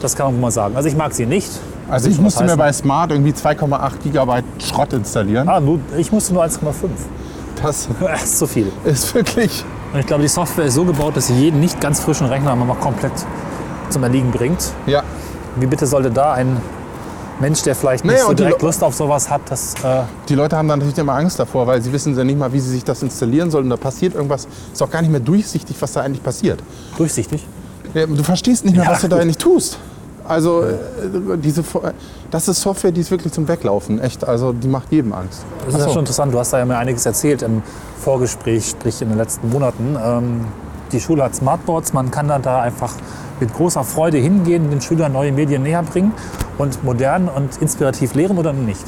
Das kann man wohl mal sagen. Also ich mag sie nicht.
Also ich
Soll
musste
das
mir
heißen?
bei Smart irgendwie 2,8 Gigabyte Schrott installieren.
Ah, nur, ich musste nur 1,5.
Das
Das ist zu viel.
ist wirklich.
Und ich glaube, die Software ist so gebaut, dass sie jeden nicht ganz frischen Rechner mal komplett zum Erliegen bringt.
Ja.
Wie bitte sollte da ein Mensch, der vielleicht nicht
Naja,
so
und die
direkt
Lo-
Lust auf sowas hat, das... Äh,
Die Leute haben dann natürlich immer Angst davor, weil sie wissen ja nicht mal, wie sie sich das installieren sollen. Da passiert irgendwas. Ist auch gar nicht mehr durchsichtig, was da eigentlich passiert.
durchsichtig?
Ja, Du verstehst nicht mehr,
Ja.
was du da eigentlich tust. Also äh, diese, Fo- äh, das ist Software, die ist wirklich zum Weglaufen. Echt. Also die macht jedem Angst.
Das ist
Ach
ja
so.
schon interessant. Du hast da ja mir einiges erzählt im Vorgespräch, sprich in den letzten Monaten. Ähm, die Schule hat Smartboards. Man kann dann da einfach mit großer Freude hingehen, den Schülern neue Medien näher bringen und modern und inspirativ lehren oder nicht.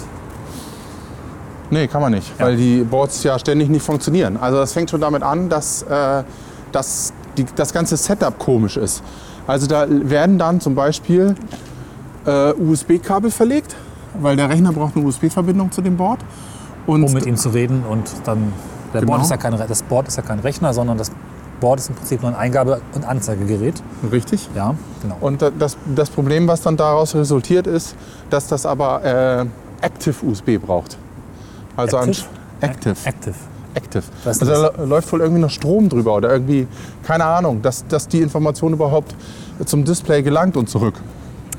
Nee, kann man nicht, weil die Boards ja ständig nicht funktionieren. Also das fängt schon damit an, dass, äh, dass die, das ganze Setup komisch ist. Also da werden dann zum Beispiel äh, USB-Kabel verlegt, weil der Rechner braucht eine USB-Verbindung zu dem Board. Und
Um mit ihm zu reden und dann. Der
Genau.
Board ist ja kein, Re- das Board ist ja kein Rechner, sondern das Board ist im Prinzip nur ein Eingabe- und Anzeigegerät.
richtig.
Ja, genau.
Und da- das, das Problem, was dann daraus resultiert, ist, dass das aber äh, Active USB braucht. Also ein
Active?
Sch- Active.
Active.
Active.
Was ist
also da lä- läuft wohl irgendwie noch Strom drüber oder irgendwie, keine Ahnung, dass, dass die Information überhaupt zum Display gelangt und zurück.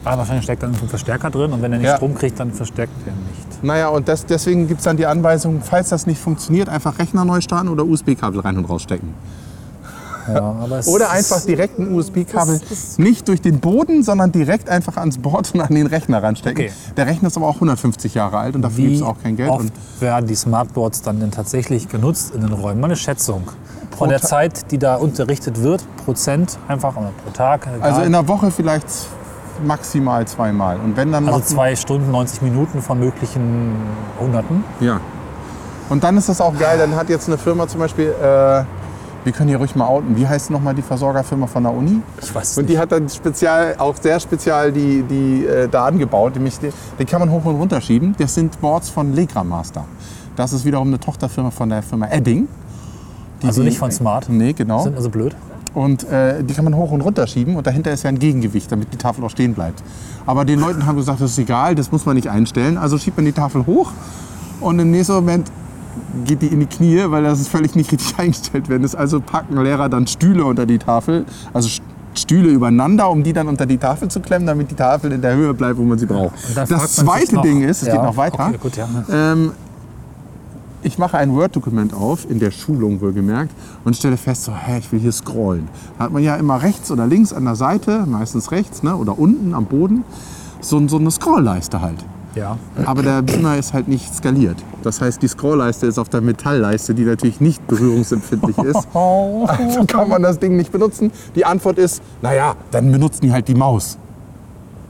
Ah, wahrscheinlich steckt da irgendein Verstärker drin und wenn er nicht
Ja.
Strom kriegt, dann verstärkt er nicht.
Naja, und das, deswegen gibt es dann die Anweisung, falls das nicht funktioniert, einfach Rechner neu starten oder USB-Kabel rein und rausstecken.
Ja, aber es
Oder
ist-
einfach direkt ein USB-Kabel
Das ist-
nicht durch den Boden, sondern direkt einfach ans Board und an den Rechner ranstecken.
Okay.
Der Rechner ist aber auch 150 Jahre alt und dafür gibt
Wie
es auch kein Geld. Und
oft werden die Smartboards dann denn tatsächlich genutzt in den Räumen? Meine Schätzung. Von der
Ta-
Zeit, die da unterrichtet wird, Prozent einfach oder pro Tag. egal.
also in der Woche vielleicht maximal zweimal. Und wenn dann
also
macht-
zwei Stunden, 90 Minuten von möglichen Hunderten.
Ja. Und dann ist das auch geil. Dann hat jetzt eine Firma zum Beispiel, äh, wir können hier ruhig mal outen. Wie heißt nochmal die Versorgerfirma von der Uni?
Ich weiß es
Und
nicht.
die hat dann spezial, auch sehr spezial die, die äh, Daten gebaut. Nämlich, die, die kann man hoch und runter schieben. Das sind Boards von Legra Master. Das ist wiederum eine Tochterfirma von der Firma Edding. Die-
Also
die-
nicht von Smart.
Nee, genau.
Sind also blöd.
Und äh, die kann man hoch und runter schieben und dahinter ist ja ein Gegengewicht, damit die Tafel auch stehen bleibt. Aber den Leuten haben wir gesagt, das ist egal, das muss man nicht einstellen. Also schiebt man die Tafel hoch und im nächsten Moment geht die in die Knie, weil das ist völlig nicht richtig eingestellt werden ist. Also packen Lehrer dann Stühle unter die Tafel, also St- Stühle übereinander, um die dann unter die Tafel zu klemmen, damit die Tafel in der Höhe bleibt, wo man sie braucht.
Und
Das
dann fragt man sich
zweite
noch-
Ding ist, es
Ja,
geht noch weiter.
okay, gut, ja.
ähm, ich mache ein Word-Dokument auf, in der Schulung wohlgemerkt, und stelle fest, so, hä, ich will hier scrollen. Da hat man ja immer rechts oder links an der Seite, meistens rechts ne, oder unten am Boden, so, so eine Scrollleiste halt.
Ja.
Aber der Beamer ist halt nicht skaliert. Das heißt, die Scrollleiste ist auf der Metallleiste, die natürlich nicht berührungsempfindlich ist. Also kann man das Ding nicht benutzen. Die Antwort ist, naja, dann benutzen die halt die Maus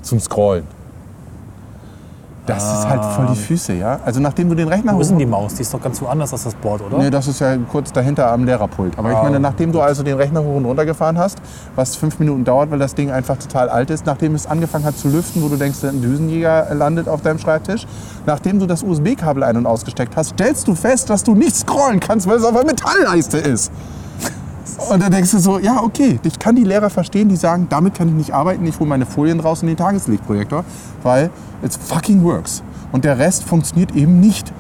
zum Scrollen. Das ist halt voll die Füße, ja? Also nachdem du den Rechner
Wo ist denn die Maus? Die ist doch ganz woanders als das Board, oder?
Nee, das ist ja kurz dahinter am Lehrerpult. Aber ich meine, nachdem du also den Rechner hoch und runter gefahren hast, was fünf Minuten dauert, weil das Ding einfach total alt ist, nachdem es angefangen hat zu lüften, wo du denkst, ein Düsenjäger landet auf deinem Schreibtisch, nachdem du das USB-Kabel ein- und ausgesteckt hast, stellst du fest, dass du nicht scrollen kannst, weil es auf einer Metallleiste ist. Und dann denkst du so, ja, okay, ich kann die Lehrer verstehen, die sagen, damit kann ich nicht arbeiten, ich hole meine Folien raus in den Tageslichtprojektor, weil it's fucking works. Und der Rest funktioniert eben nicht.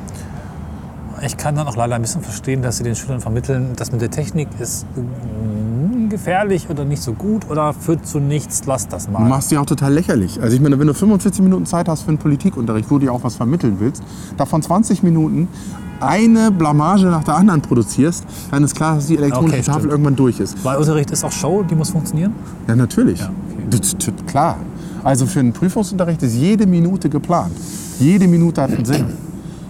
Ich kann dann auch leider ein bisschen verstehen, dass sie den Schülern vermitteln, dass mit der Technik ist mm, gefährlich oder nicht so gut oder führt zu nichts, lass das
Du
mal.
machst dich auch total lächerlich. Also ich meine, wenn du 45 Minuten Zeit hast für einen Politikunterricht, wo du dir auch was vermitteln willst, davon 20 Minuten eine Blamage nach der anderen produzierst, dann ist klar, dass die elektronische
Okay,
Tafel
stimmt.
irgendwann durch ist.
Weil Unterricht ist auch Show, die muss funktionieren.
Ja, natürlich. Das- das- das- Klar. Also für einen Prüfungsunterricht ist jede Minute geplant. Jede Minute hat einen Sinn.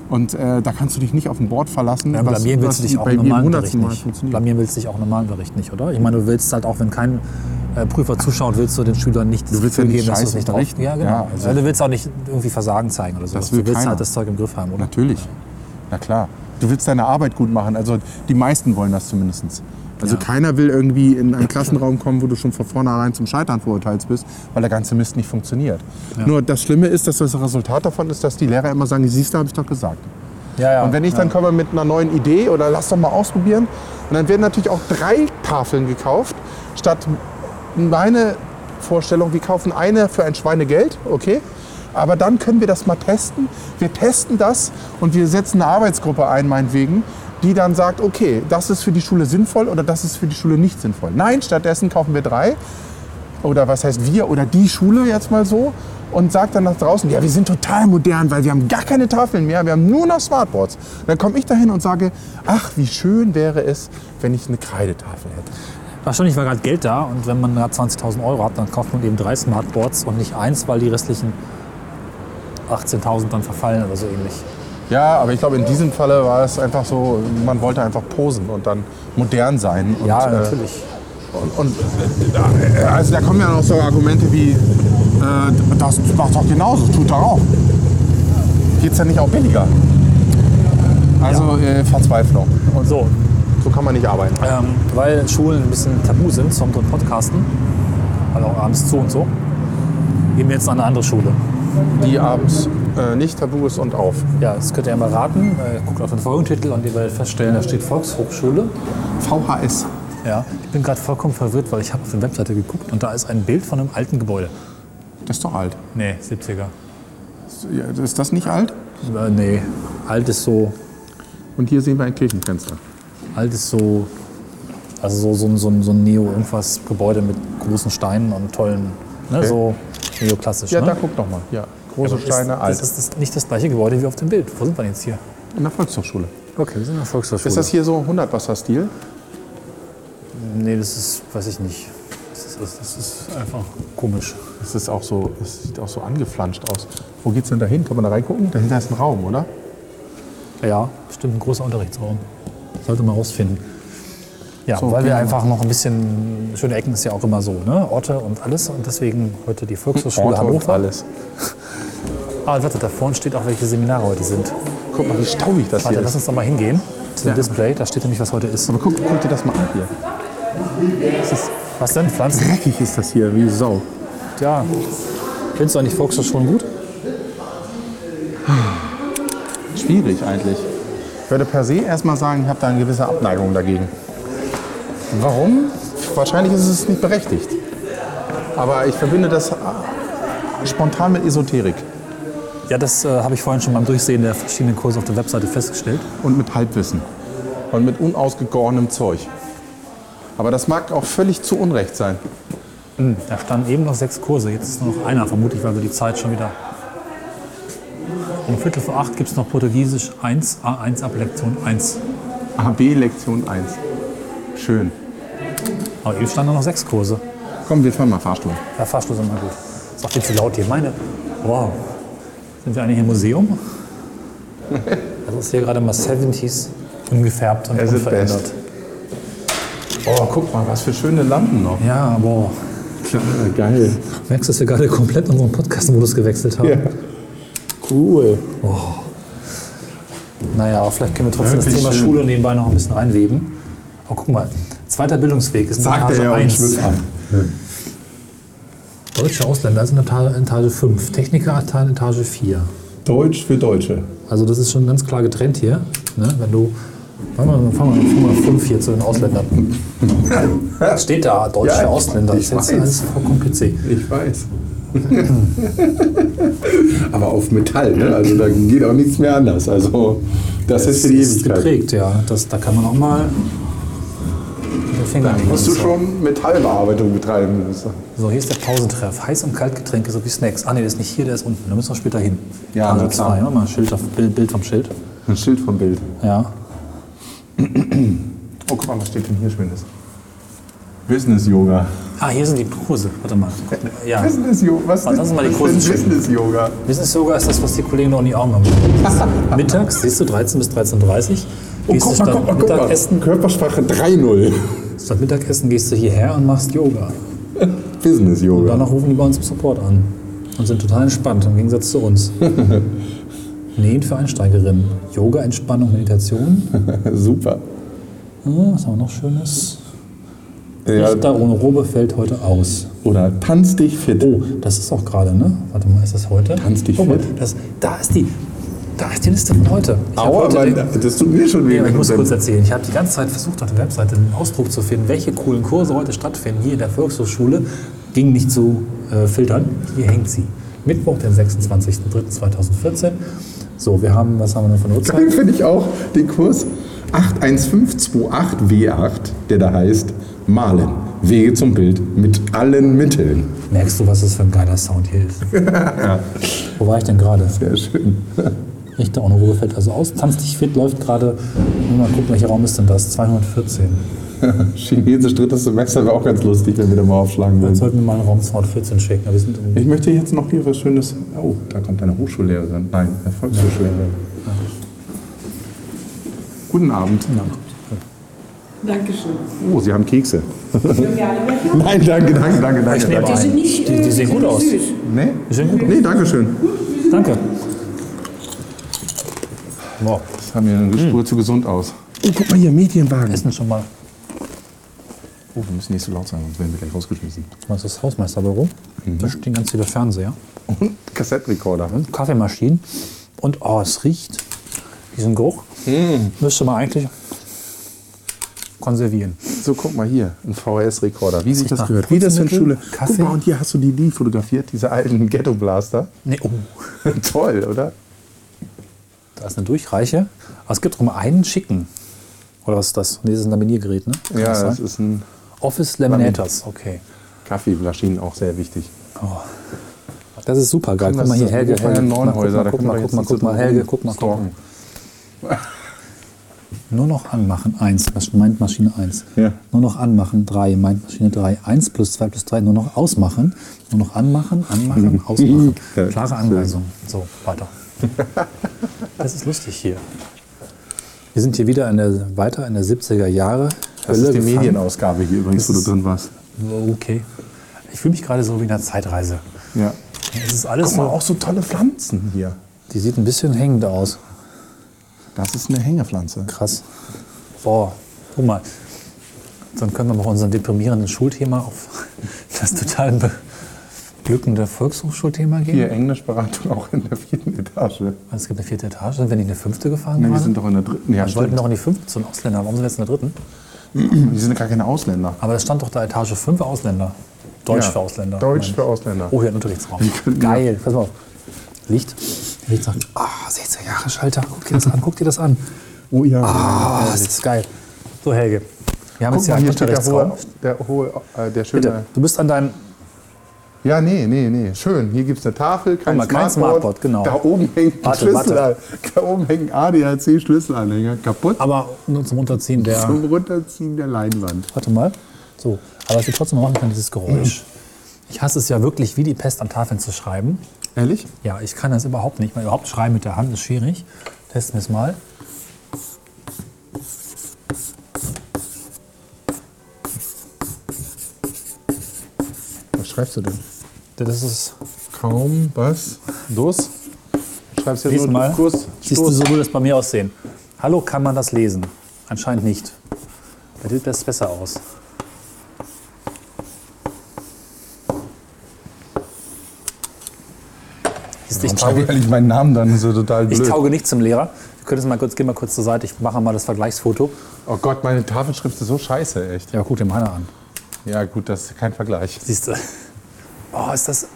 Und äh, da kannst du dich nicht auf ein Board verlassen,
Ja, blamieren willst du dich auch
bei
im
jedem
normalen Unterricht
hundertsten Mal
nicht.
funktioniert.
Blamieren willst du dich auch im normalen Unterricht nicht, oder? Ich meine, du willst halt auch, wenn kein äh, Prüfer zuschaut, willst du den Schülern nicht das
Du willst ja
Gefühl
nicht
geben, dass du
Scheiß
es nicht drauf.
unterrichten.
Ja, genau.
Ja, also-
also, du willst auch nicht irgendwie Versagen zeigen oder sowas.
will
du willst
keiner.
halt das Zeug im Griff haben, oder?
Natürlich. Na klar. Du willst deine Arbeit gut machen. Also die meisten wollen das zumindest. Also keiner will irgendwie in einen Klassenraum kommen, wo du schon von vornherein zum Scheitern verurteilt bist, weil der ganze Mist nicht funktioniert. Nur das Schlimme ist, dass das Resultat davon ist, dass die Lehrer immer sagen, siehst du, habe ich doch gesagt.
Ja, ja.
Und wenn ich dann komme mit einer neuen Idee oder lass doch mal ausprobieren. Und dann werden natürlich auch drei Tafeln gekauft, statt meine Vorstellung, wir kaufen eine für ein Schweinegeld, okay? Aber dann können wir das mal testen. Wir testen das und wir setzen eine Arbeitsgruppe ein, meinetwegen, die dann sagt, okay, das ist für die Schule sinnvoll oder das ist für die Schule nicht sinnvoll. Nein, stattdessen kaufen wir drei oder was heißt wir oder die Schule jetzt mal so und sagt dann nach draußen, ja, wir sind total modern, weil wir haben gar keine Tafeln mehr, wir haben nur noch Smartboards. Und dann komme ich dahin und sage, ach, wie schön wäre es, wenn ich eine Kreidetafel hätte.
Wahrscheinlich war gerade Geld da und wenn man gerade 20.000 Euro hat, dann kauft man eben drei Smartboards und nicht eins, weil die restlichen 18.000 dann verfallen oder so ähnlich.
Ja, aber ich glaube, in diesem Falle war es einfach so, man wollte einfach posen und dann modern sein. Und,
Ja,
äh,
natürlich.
Und, und äh, also da kommen ja noch so Argumente wie, äh, das macht doch genauso, tut doch auch. Geht's ja nicht auch billiger? Also äh, Verzweiflung. Und
So,
so kann man nicht arbeiten.
ähm, weil Schulen ein bisschen tabu sind zum drin Podcasten, weil auch abends zu und so, gehen wir jetzt an eine andere Schule.
die abends äh, nicht tabu ist und auf.
Ja, das könnt ihr ja mal raten. Äh, guckt auf den Folgentitel und ihr werdet feststellen, da steht Volkshochschule.
VHS.
Ja, ich bin gerade vollkommen verwirrt, weil ich habe auf der Webseite geguckt und da ist ein Bild von einem alten Gebäude.
Das ist doch alt.
Nee, 70er.
Ja, Ist das nicht alt?
Äh, nee, alt ist so
Und hier sehen wir ein Kirchenfenster.
altes so, also so, so, ein- so, ein- so ein Neo-Irgendwas-Gebäude mit großen Steinen und tollen, ne, so neoklassisch.
Ja,
ne?
da guck doch mal. Ja, große
Aber
Steine,
ist,
alt.
Das ist das nicht das gleiche Gebäude wie auf dem Bild. Wo sind wir denn jetzt hier?
In der Volkshochschule.
Okay, wir sind in der Volkshochschule.
Ist das hier so 100 Wasser-Stil?
nee, das ist, weiß ich nicht. Das ist, das das ist einfach komisch.
Es ist auch so, es sieht auch so angeflanscht aus. Wo geht's denn da hin? Kann man da reingucken? Dahinter ist ein Raum, oder?
Ja. Bestimmt ein großer Unterrichtsraum. Sollte man rausfinden. Ja,
So,
weil wir
genau.
einfach noch ein bisschen, schöne Ecken ist ja auch immer so, ne? Orte und alles. Und deswegen heute die Volkshochschule
Orte und
Hannover.
alles.
Ah, und warte, da vorne steht auch, welche Seminare heute sind.
Guck mal, wie staubig das
Warte,
hier
lass
ist.
uns doch mal hingehen zu dem
Ja.
Display. Da steht nämlich, was heute ist.
Aber guck, guck dir das mal an hier.
Was, ist, was denn? Pflanzen?
Dreckig ist das hier, wie Sau.
Ja. Findest du eigentlich Volkshochschulen gut?
Schwierig eigentlich. Ich würde per se erstmal sagen, ich habe da eine gewisse Abneigung dagegen. Warum? Wahrscheinlich ist es nicht berechtigt. Aber ich verbinde das äh, spontan mit Esoterik
Ja, das äh, habe ich vorhin schon beim Durchsehen der verschiedenen Kurse auf der Webseite festgestellt.
und mit Halbwissen und mit unausgegorenem Zeug. Aber das mag auch völlig zu Unrecht sein.
Da standen eben noch sechs Kurse, jetzt ist nur noch einer, vermutlich, weil wir die Zeit schon wieder. Um Viertel vor acht gibt es noch Portugiesisch 1, A1 ab Lektion 1.
AB Lektion 1. Schön.
Aber eben standen noch sechs Kurse.
Komm, wir fahren mal Fahrstuhl.
Ja, Fahrstuhl sind mal gut. Ist auch viel zu laut hier. Meine, wow. Sind wir eigentlich im Museum? Das ist hier gerade mal 70s. Ungefärbt und
Es ist
unverändert.
best. Oh, guck mal, was für schöne Lampen noch.
Ja, wow.
Klar, geil.
Merkst du, dass wir gerade komplett unseren Podcast-Modus gewechselt haben?
Cool.
Naja, aber vielleicht können wir trotzdem das
Wirklich
Thema
schön.
Schule nebenbei noch ein bisschen einweben. Oh, guck mal, zweiter Bildungsweg ist in
Sagt
Etage
er ja und
1.
schwimmt an.
Deutsche Ausländer sind in Etage, Etage 5, Techniker in Etage 4.
Deutsch für Deutsche.
Also das ist schon ganz klar getrennt hier. Ne? Wenn du, fangen wir mal, fangen wir mal 5 hier zu den Ausländern. Steht da, deutsche
Ja, ich-
Ausländer.
ich
das ist
weiß.
jetzt alles vollkommen PC.
Ich weiß. Aber auf Metall, ne? Also da geht auch nichts mehr anders. Also das, ist für die
Das ist
Ewigkeit.
geprägt, ja. Das, da kann man auch mal den Finger in die
Musst du
Nase
schon Metallbearbeitung betreiben. Das ist-
So, hier ist der Pausentreff. Heiß- und Kaltgetränke sowie Snacks. Ah, nee, der ist nicht hier, der ist unten. Da müssen wir später hin.
Ja,
also
na klar.
zwei. Mach mal ein Schild, auf- Bild, Bild vom Schild.
Ein Schild vom Bild.
Ja.
Oh, guck mal, was steht denn hier Schönes? Business Yoga.
Ah, hier sind die Kurse. Warte mal. Guck mal. Ja.
Business Yoga. Was
Warte, lass uns mal die großen
ist denn
Schild.
Business Yoga?
Business Yoga ist das, was die Kollegen noch in die Augen haben. Mittags, siehst du, 13 bis 13.30 Uhr.
Oh,
Gehst du
guck mal,
statt
guck mal, guck mal.
Mittagessen,
Körpersprache 3.0.
statt Mittagessen gehst du hierher und machst Yoga.
Business Yoga.
Danach rufen die bei uns im Support an und sind total entspannt im Gegensatz zu uns. Nähen für Einsteigerinnen. Yoga, Entspannung, Meditation.
Super.
Hm, was haben wir noch Schönes?
Ja,
Richter ohne Robe fällt heute aus.
oder tanz dich fit.
Oh, das ist auch gerade, ne? Warte mal, ist das heute?
Tanz dich
Guck mal,
fit.
das, da ist die, da ist die Liste von heute. Ich hab
Aua,
heute
Mann,
den,
das tut mir schon weh.
ja, ich
wenn
muss
du-
kurz erzählen. Ich habe die ganze Zeit versucht, auf der Webseite einen Ausdruck zu finden, welche coolen Kurse heute stattfinden. Hier in der Volkshochschule ging nicht zu äh, filtern. Hier hängt sie. Mittwoch, den 26.03.2014. So, wir haben, was haben wir denn von Uhrzeit?
Dann finde ich auch den Kurs 81528W8, der da heißt Malen. Wege zum Bild mit allen Mitteln.
Merkst du, was das für ein geiler Sound hier ist? Wo war ich denn gerade?
Sehr schön.
Richter ohne Ruhe fällt also aus. Tanz dich fit läuft gerade. Nur mal gucken, welcher Raum ist denn das? 214.
Chinesisch drittes Semester wäre auch ganz lustig, wenn wir da mal aufschlagen
Jetzt
würden.
sollten wir mal einen Raum 214 schicken. aber Wir sind im
Ich möchte jetzt noch hier was Schönes. Oh, da kommt eine Hochschullehrerin. Nein, eine Volksschullehrerin. Guten Abend.
Dankeschön.
Oh, Sie haben Kekse. Nein, danke, danke, danke, danke.
nehme
danke.
einen.
nicht,
Die,
äh,
die sehen gut aus.
süß.
Nee?
sehen gut aus.
Nee, danke schön.
Danke. Wow,
Das haben wir eine Spur zu gesund aus. Oh, guck mal hier, Medienwagen.
essen schon mal.
Oh, wir müssen nicht so laut sein, sonst werden wir gleich rausgeschmissen.
Was ist das Hausmeisterbüro? Da stehen ganz viele Fernseher
Und Kassettenrekorder. ne?
und Kaffeemaschinen. Und oh, es riecht. Diesen Geruch müsste man eigentlich konservieren.
So, guck mal hier, ein VHS-Rekorder. Wie sich das
nach
gehört. Wie das in
Putzmittel,
Schule.
Kaffee.
Guck mal, und hier hast du die Lee fotografiert, diese alten Ghetto-Blaster.
Nee, oh,
Toll, oder?
da ist eine Durchreiche. Aber es gibt doch mal einen schicken. Oder was ist das? Nee, das ist ein Laminiergerät, ne? Kann
Ja,
sein?
das ist ein
Office Laminators, okay.
Kaffeemaschinen auch sehr wichtig.
Das ist super geil.
Guck mal,
Guck
das
mal hier,
ist das
Helge.
Buch von
Helge.
den
Guck mal,
Neunhäuser, da
Guck
können
mal,
wir
guck
jetzt
mal,
nicht
guck mal,
so
Helge, guck mal. guck mal.
stalken.
Nur noch anmachen, 1, das meint Maschine 1.
Ja.
Nur noch anmachen, 3, meint Maschine 3. 1 plus 2 plus 3, nur noch ausmachen. Nur noch anmachen, anmachen, ausmachen.
Ja,
Klare
schön.
Anweisung. So, weiter. Das ist lustig hier. Wir sind hier wieder in der, weiter in der 70er Jahre.
Das ist die Medienausgabe hier übrigens, wo du drin warst.
Okay.
Ich fühle mich gerade so wie in einer Zeitreise.
Ja.
Es ist alles
Guck mal,
so.
auch so tolle Pflanzen hier.
Die sieht ein bisschen hängend aus.
Das ist eine Hängepflanze.
Krass.
Boah, guck mal. Dann können wir mal unseren deprimierenden Schulthema auf das total beglückende Volkshochschulthema gehen.
Hier, Englischberatung auch in der vierten Etage.
Es gibt eine vierte Etage. Sind wir nicht in der fünfte gefahren?
Ne, wir
gerade?
sind doch in der dritten. Ja,
wir wollten
stimmt.
doch in die fünfte zu den Ausländern. Warum sind wir jetzt in der dritten?
Die sind gar keine Ausländer.
Aber da stand doch da Etage 5 Ausländer. Deutsch
Ja.
für Ausländer.
Deutsch
Nein.
für Ausländer.
Oh, hier ein Unterrichtsraum.
könnten ja-
Geil, pass mal auf.
Licht. Licht sagt, ah, 16 Jahre Schalter. Guck dir das an, guck dir das an.
Oh ja.
Ah, das ist geil.
So, Helge. Wir haben
Guck
jetzt hier
mal,
einen
hier steht der
Unterrichtsraum.
hohe, der hohe, äh, der schöne.
Bitte, du bist an deinem
Ja, nee, nee, nee. Schön. Hier gibt es eine Tafel, kein,
Guck mal, kein Smartboard, genau.
Da oben hängt ein
Warte,
Schlüssel,
warte.
da oben hängt ADAC-Schlüsselanhänger kaputt
Aber nur zum Runterziehen der.
zum Runterziehen der Leinwand.
Warte mal. So. Aber was wir trotzdem machen können, dieses Geräusch. Ich hasse es ja wirklich, wie die Pest an Tafeln zu schreiben.
Ehrlich?
Ja, ich kann das überhaupt nicht. Mal überhaupt schreiben mit der Hand ist schwierig. Testen wir es mal.
Was schreibst du denn?
Das ist.
Kaum was.
Los.
Schreibst ja
Lies
nur
mal.
Kurs.
Siehst du, so würde es bei mir aussehen. Hallo, kann man das lesen? Anscheinend nicht. Da sieht das besser aus. Siehst du, Ich
Schreib ich
tauge,
eigentlich meinen Namen dann so total
ich
blöd.
tauge nicht zum Lehrer. Wir können es mal kurz, gehen mal kurz zur Seite. Ich mache mal das Vergleichsfoto.
Oh Gott, meine Tafelschrift ist so scheiße, echt.
Ja, guck dir meine an.
Ja gut, das ist kein Vergleich.
Siehst du. Oh, ist das.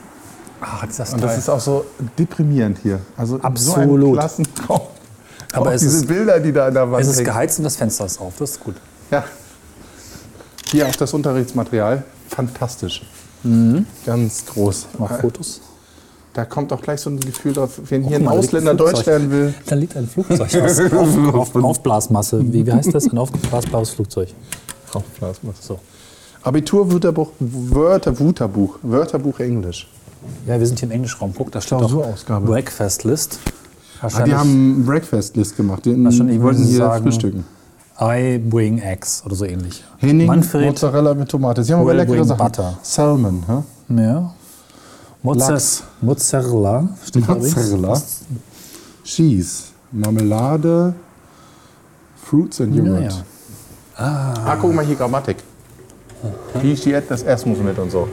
Ah, ist das
Und das
toll.
ist auch so deprimierend hier. Also in So einem
Absolut.
Klassenraum.
Aber
auch Oh,
es
diese
ist-
Bilder, die da an der Wand
Es ist
hängen.
geheizt und das Fenster ist auf. Das ist gut.
Ja. Hier auch das Unterrichtsmaterial. Fantastisch. Ganz groß.
Mhm.
Äh,
Mach Fotos.
Da kommt auch gleich so ein Gefühl drauf, wenn hier
Guck
ein
mal, Genau, da liegt
Ausländer
ein
Deutsch
Flugzeug.
lernen will.
Da liegt ein Flugzeug aus. auf, auf, Aufblasmasse. Wie, wie heißt das? Ein aufblasbares Flugzeug. So.
Abitur-Wörterbuch Wörter, Wörterbuch, Wörterbuch Englisch.
Ja, wir sind hier im Englischraum. Guck, da steht
Klausurausgabe.
auch Breakfast List.
Ah, die haben Breakfast-List gemacht. Die
Wahrscheinlich
wollten
würden sie
hier
sagen-
frühstücken.
I bring eggs oder so ähnlich.
Henning,
Manfred.
Mozzarella mit Tomate. Sie haben aber
Will
leckere
bring
Sachen.
butter.
Salmon, hä?
Ja. Mozzas, Mozzarella. Steht da übrigens.
Mozzarella. Cheese, Marmelade, Fruits and Yogurt.
ja.
Ah, guck mal hier Grammatik. PGS, das S muss mit und so.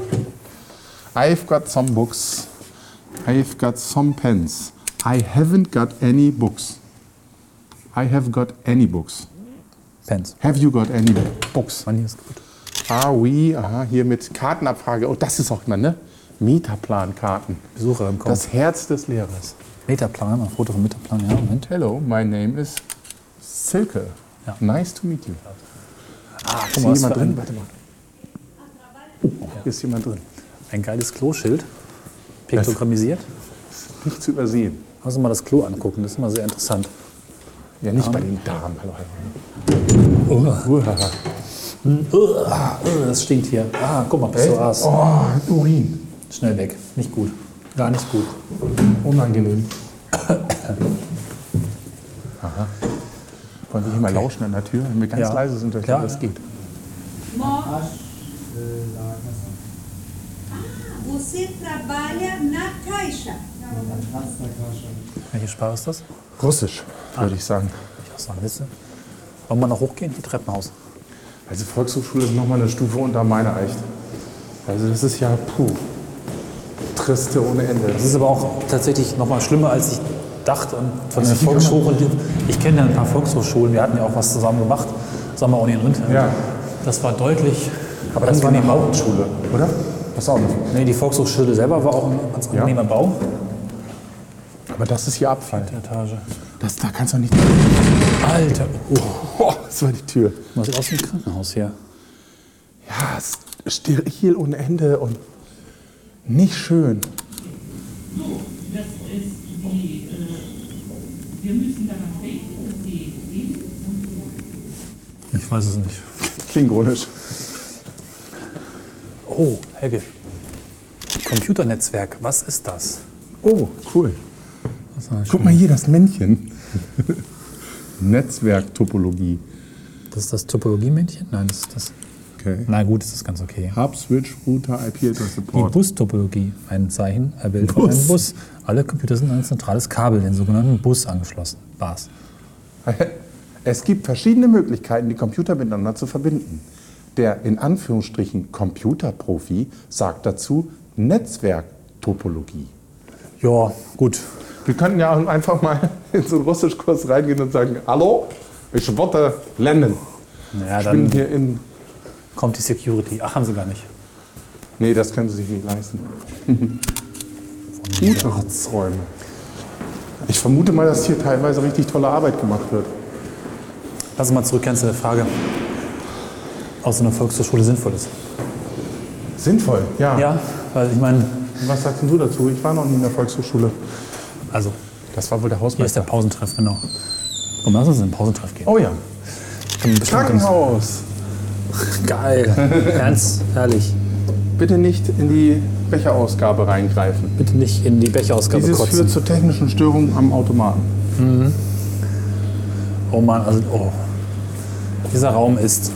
I've got some books. I've got some pens. I haven't got any books. I have got any books.
Pens.
Have you got any books?
Mann, hier ist gut.
Are we, aha, hier mit Kartenabfrage. Oh, das ist auch immer, ne? Mieterplankarten.
Besucher im Kopf.
Das Herz des Lehrers.
Metaplan, ein Foto vom Metaplan. Ja, Moment.
Hello, my name is Silke.
Ja.
Nice to meet you.
Ah,
Ist
guck
hier
mal, was
jemand
für
drin?
ein,
Warte mal. Oh, hier ist jemand drin.
ein geiles Kloschild. Piktogrammisiert.
Nicht zu übersehen.
Lass uns mal das Klo angucken. Das ist immer sehr interessant.
Ja, nicht bei den Damen. Hallo, hallo.
Uah, uh, das stinkt hier. Ah, guck mal, Pissoirs.
Oh, Urin.
Schnell weg. Nicht gut. Gar nicht gut.
Unangenehm. Aha. Wollen wir hier mal lauschen an der Tür? Wenn wir ganz
Ja.
leise sind, dann
Ja,
das
ja.
geht.
Você trabalha na caixa.
Welche Sprache ist das? Würde
Russisch, würde ich sagen.
ich auch sagen, wisst ihr? Wollen wir noch hochgehen? Die Treppenhaus.
Also Volkshochschule ist nochmal eine Stufe unter meiner echt. Also das ist ja, puh, triste ohne Ende.
Das ist aber auch tatsächlich noch mal schlimmer, als ich dachte. Und von der
ich nicht
Volkshochschule, ich kenne ja ein paar Volkshochschulen, wir hatten ja auch was zusammen gemacht. Sommeruni und Winter.
Ja.
Das war deutlich.
Aber das war eine
angenehmer.
Hauptschule, oder? Pass auf.
Nee, die Volkshochschule selber war auch ein ganz angenehmer Bau.
Aber das ist hier Abfall.
Etage.
Das, da kannst du nicht...
Alter, oh,
Oh, das war die Tür.
das sieht aus wie ein Krankenhaus hier.
Ja, es ist steril ohne Ende und nicht schön.
Das ist die, äh, wir müssen daran denken, dass die Lebensmittel
Ich weiß es nicht.
Klingonisch.
Oh, Helge. Computernetzwerk, was ist das?
Oh, cool.
Das habe ich
Guck mal hier, das Männchen. Netzwerktopologie.
Das ist das Topologiemännchen? Nein, das ist das.
Okay.
Na gut, das ist ganz okay.
Hub, Switch, Router, IP-Address
Die
Support.
Bustopologie, ein Zeichen, ein Bild von einem Bus. Alle Computer sind an ein zentrales Kabel, den sogenannten Bus, angeschlossen. Bars.
Es gibt verschiedene Möglichkeiten, die Computer miteinander zu verbinden. Der in Anführungsstrichen Computerprofi sagt dazu Netzwerktopologie.
Ja, gut.
Wir könnten ja auch einfach mal in so einen Russischkurs reingehen und sagen, hallo, ich wollte lernen.
Naja,
Ich bin
dann
hier in...
kommt die Security. Ach, haben sie gar nicht.
Nee, das können sie sich nicht leisten. Unterrichtsräume. Ich vermute mal, dass hier teilweise richtig tolle Arbeit gemacht wird.
Lass uns mal zurückkehren zu der Frage, ob so eine Volkshochschule sinnvoll ist.
Sinnvoll, ja.
Ja, weil ich meine,
Was sagst denn du dazu? Ich war noch nie in der Volkshochschule.
also
Das war wohl der
hier ist
Hausmeister.
der Pausentreff, genau. Komm, lass uns in den Pausentreff gehen.
Oh ja.
Kann man bestimmt ganz-
Krankenhaus.
Geil. Ernst, herrlich.
Bitte nicht in die Becherausgabe reingreifen.
Bitte nicht in die Becherausgabe
Dieses
kotzen.
führt zur technischen Störung am Automaten.
Oh Mann, also oh. Dieser Raum ist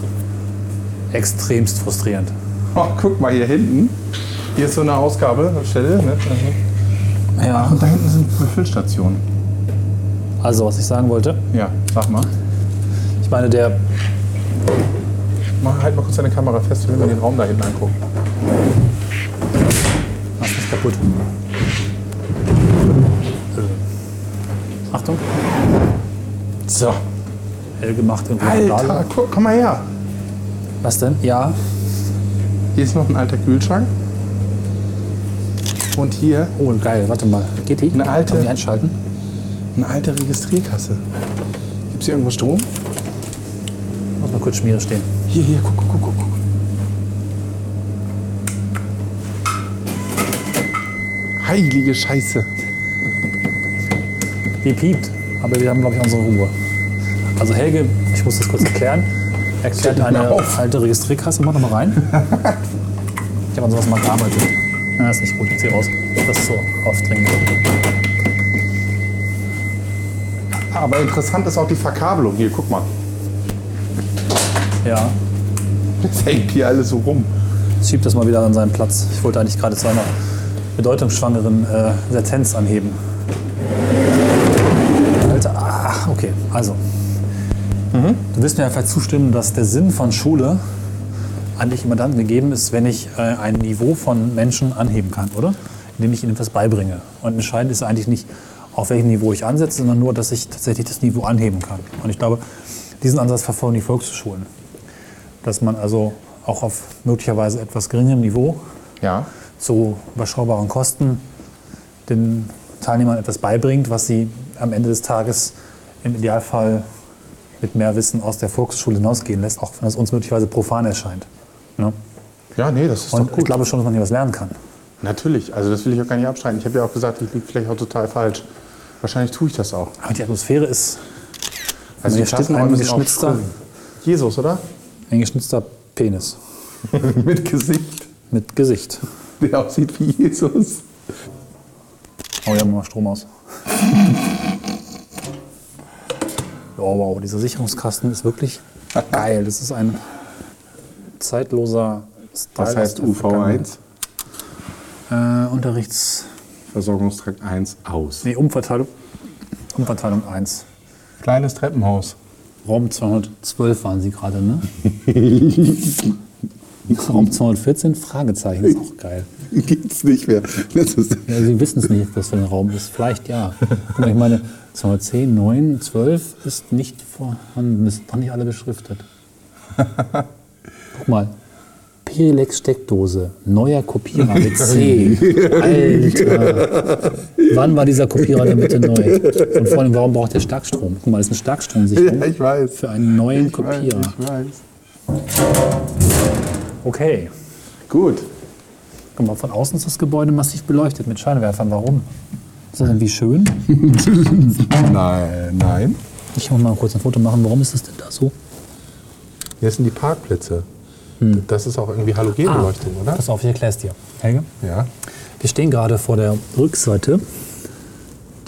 extremst frustrierend.
Oh, guck mal hier hinten. Hier ist so eine Ausgabestelle. Ne?
Ja.
Und da hinten sind Befüllstationen.
Also, was ich sagen wollte,
Ja, sag mal.
ich meine, der
Mach halt mal kurz deine Kamera fest, wenn wir den Raum da hinten angucken.
macht mich kaputt. Äh, Achtung. So. Helge macht irgendwie
Alter, guck, komm mal her.
Was denn? Ja.
Hier ist noch ein alter Kühlschrank. Und hier
Oh, geil. Warte mal. Geht die?
Eine alte-
Kann man die einschalten?
eine alte Registrierkasse. Gibt's hier irgendwo Strom?
Muss mal kurz Schmiere stehen.
Hier, hier, guck, guck, guck, guck, guck. Heilige Scheiße.
Die piept. Aber wir haben, glaube ich, unsere Ruhe. Also Helge, ich muss das kurz erklären, erklärt eine
auf.
alte Registrierkasse. Mach doch mal rein. Ich habe an sowas mal gearbeitet. Na, ist nicht gut. Zieh raus. Das ist so aufdringend.
Aber interessant ist auch die Verkabelung. Hier, guck mal.
Ja,
Das hängt hier alles so rum.
schieb das mal wieder an seinen Platz. Ich wollte eigentlich gerade zu einer bedeutungsschwangeren äh, Sentenz anheben. Alter, ah, okay, also. Mhm. Du wirst mir ja vielleicht zustimmen, dass der Sinn von Schule eigentlich immer dann gegeben ist, wenn ich äh, ein Niveau von Menschen anheben kann, oder? Indem ich ihnen etwas beibringe. Und entscheidend ist eigentlich nicht, auf welchem Niveau ich ansetze, sondern nur, dass ich tatsächlich das Niveau anheben kann. Und ich glaube, diesen Ansatz verfolgen die Volksschulen dass man also auch auf möglicherweise etwas geringerem Niveau
Ja.
zu überschaubaren Kosten den Teilnehmern etwas beibringt, was sie am Ende des Tages im Idealfall mit mehr Wissen aus der Volksschule hinausgehen lässt, auch wenn es uns möglicherweise profan erscheint. Ne?
Ja, nee, das ist
Und
doch
ich
gut.
glaube schon, dass man hier was lernen kann.
Natürlich, also das will ich auch gar nicht abstreiten. Ich habe ja auch gesagt, ich liege vielleicht auch total falsch. Wahrscheinlich tue ich das auch.
Aber die Atmosphäre ist
Also
hier
die
steht
Klassenräume
ein
sind auch
geschnitzter-
schön. Jesus, oder?
ein geschnitzter Penis
Mit Gesicht,
mit Gesicht.
der aussieht wie Jesus.
Oh, wir haben mal Strom aus. Oh, wow, dieser Sicherungskasten ist wirklich geil. Das ist ein zeitloser Style.
Das heißt
aus der
UV1,
Vergangenheit. Äh, Unterrichts.
Versorgungstrakt 1 aus.
Nee, Umverteilung. Umverteilung 1.
Kleines Treppenhaus.
Raum 212 waren Sie gerade, ne? Raum 214? Fragezeichen, ist auch geil.
Gibt's nicht mehr. Das ist
Ja, Sie wissen es nicht, was für ein Raum ist. Vielleicht ja. Guck mal, ich meine, 210, 9, 12 ist nicht vorhanden. Das sind doch nicht alle beschriftet. Guck mal. Pelex-Steckdose. Neuer Kopierer mit C. Alter. Wann war dieser Kopierer denn bitte neu? Und vor allem, warum braucht der Starkstrom? Guck mal, das ist eine Starkstromsicherung
ja, ich weiß.
für einen neuen
ich weiß,
Kopierer.
ich weiß.
Okay.
Gut.
Guck mal, von außen ist das Gebäude massiv beleuchtet mit Scheinwerfern. Warum? Ist das irgendwie schön?
Nein, nein.
Ich muss mal kurz ein Foto machen. Warum ist das denn da so?
Jetzt sind die Parkplätze.
Hm.
Das ist auch irgendwie Halogenbeleuchtung, oder?
Pass auf, ich erkläre es dir. Helge?
Ja.
Wir stehen gerade vor der Rückseite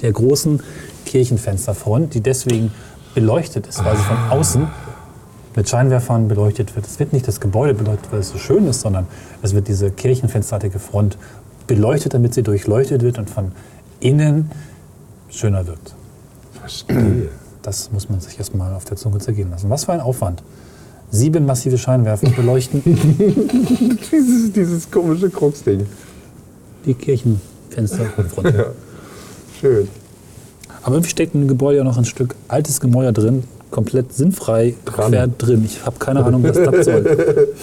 der großen Kirchenfensterfront, die deswegen beleuchtet ist, weil sie von außen mit Scheinwerfern beleuchtet wird. Es wird nicht das Gebäude beleuchtet, weil es so schön ist, sondern es wird diese kirchenfensterartige Front beleuchtet, damit sie durchleuchtet wird und von innen schöner wirkt.
Verstehe.
Das muss man sich erstmal auf der Zunge zergehen lassen. Was für ein Aufwand. Sieben massive Scheinwerfer beleuchten
dieses, dieses komische Kruxding.
die Kirchenfensterfront.
Schön.
Aber irgendwie steckt in dem Gebäude ja noch ein Stück altes Gemäuer drin, komplett sinnfrei
Dran.
quer drin. Ich habe keine Ahnung, was das soll.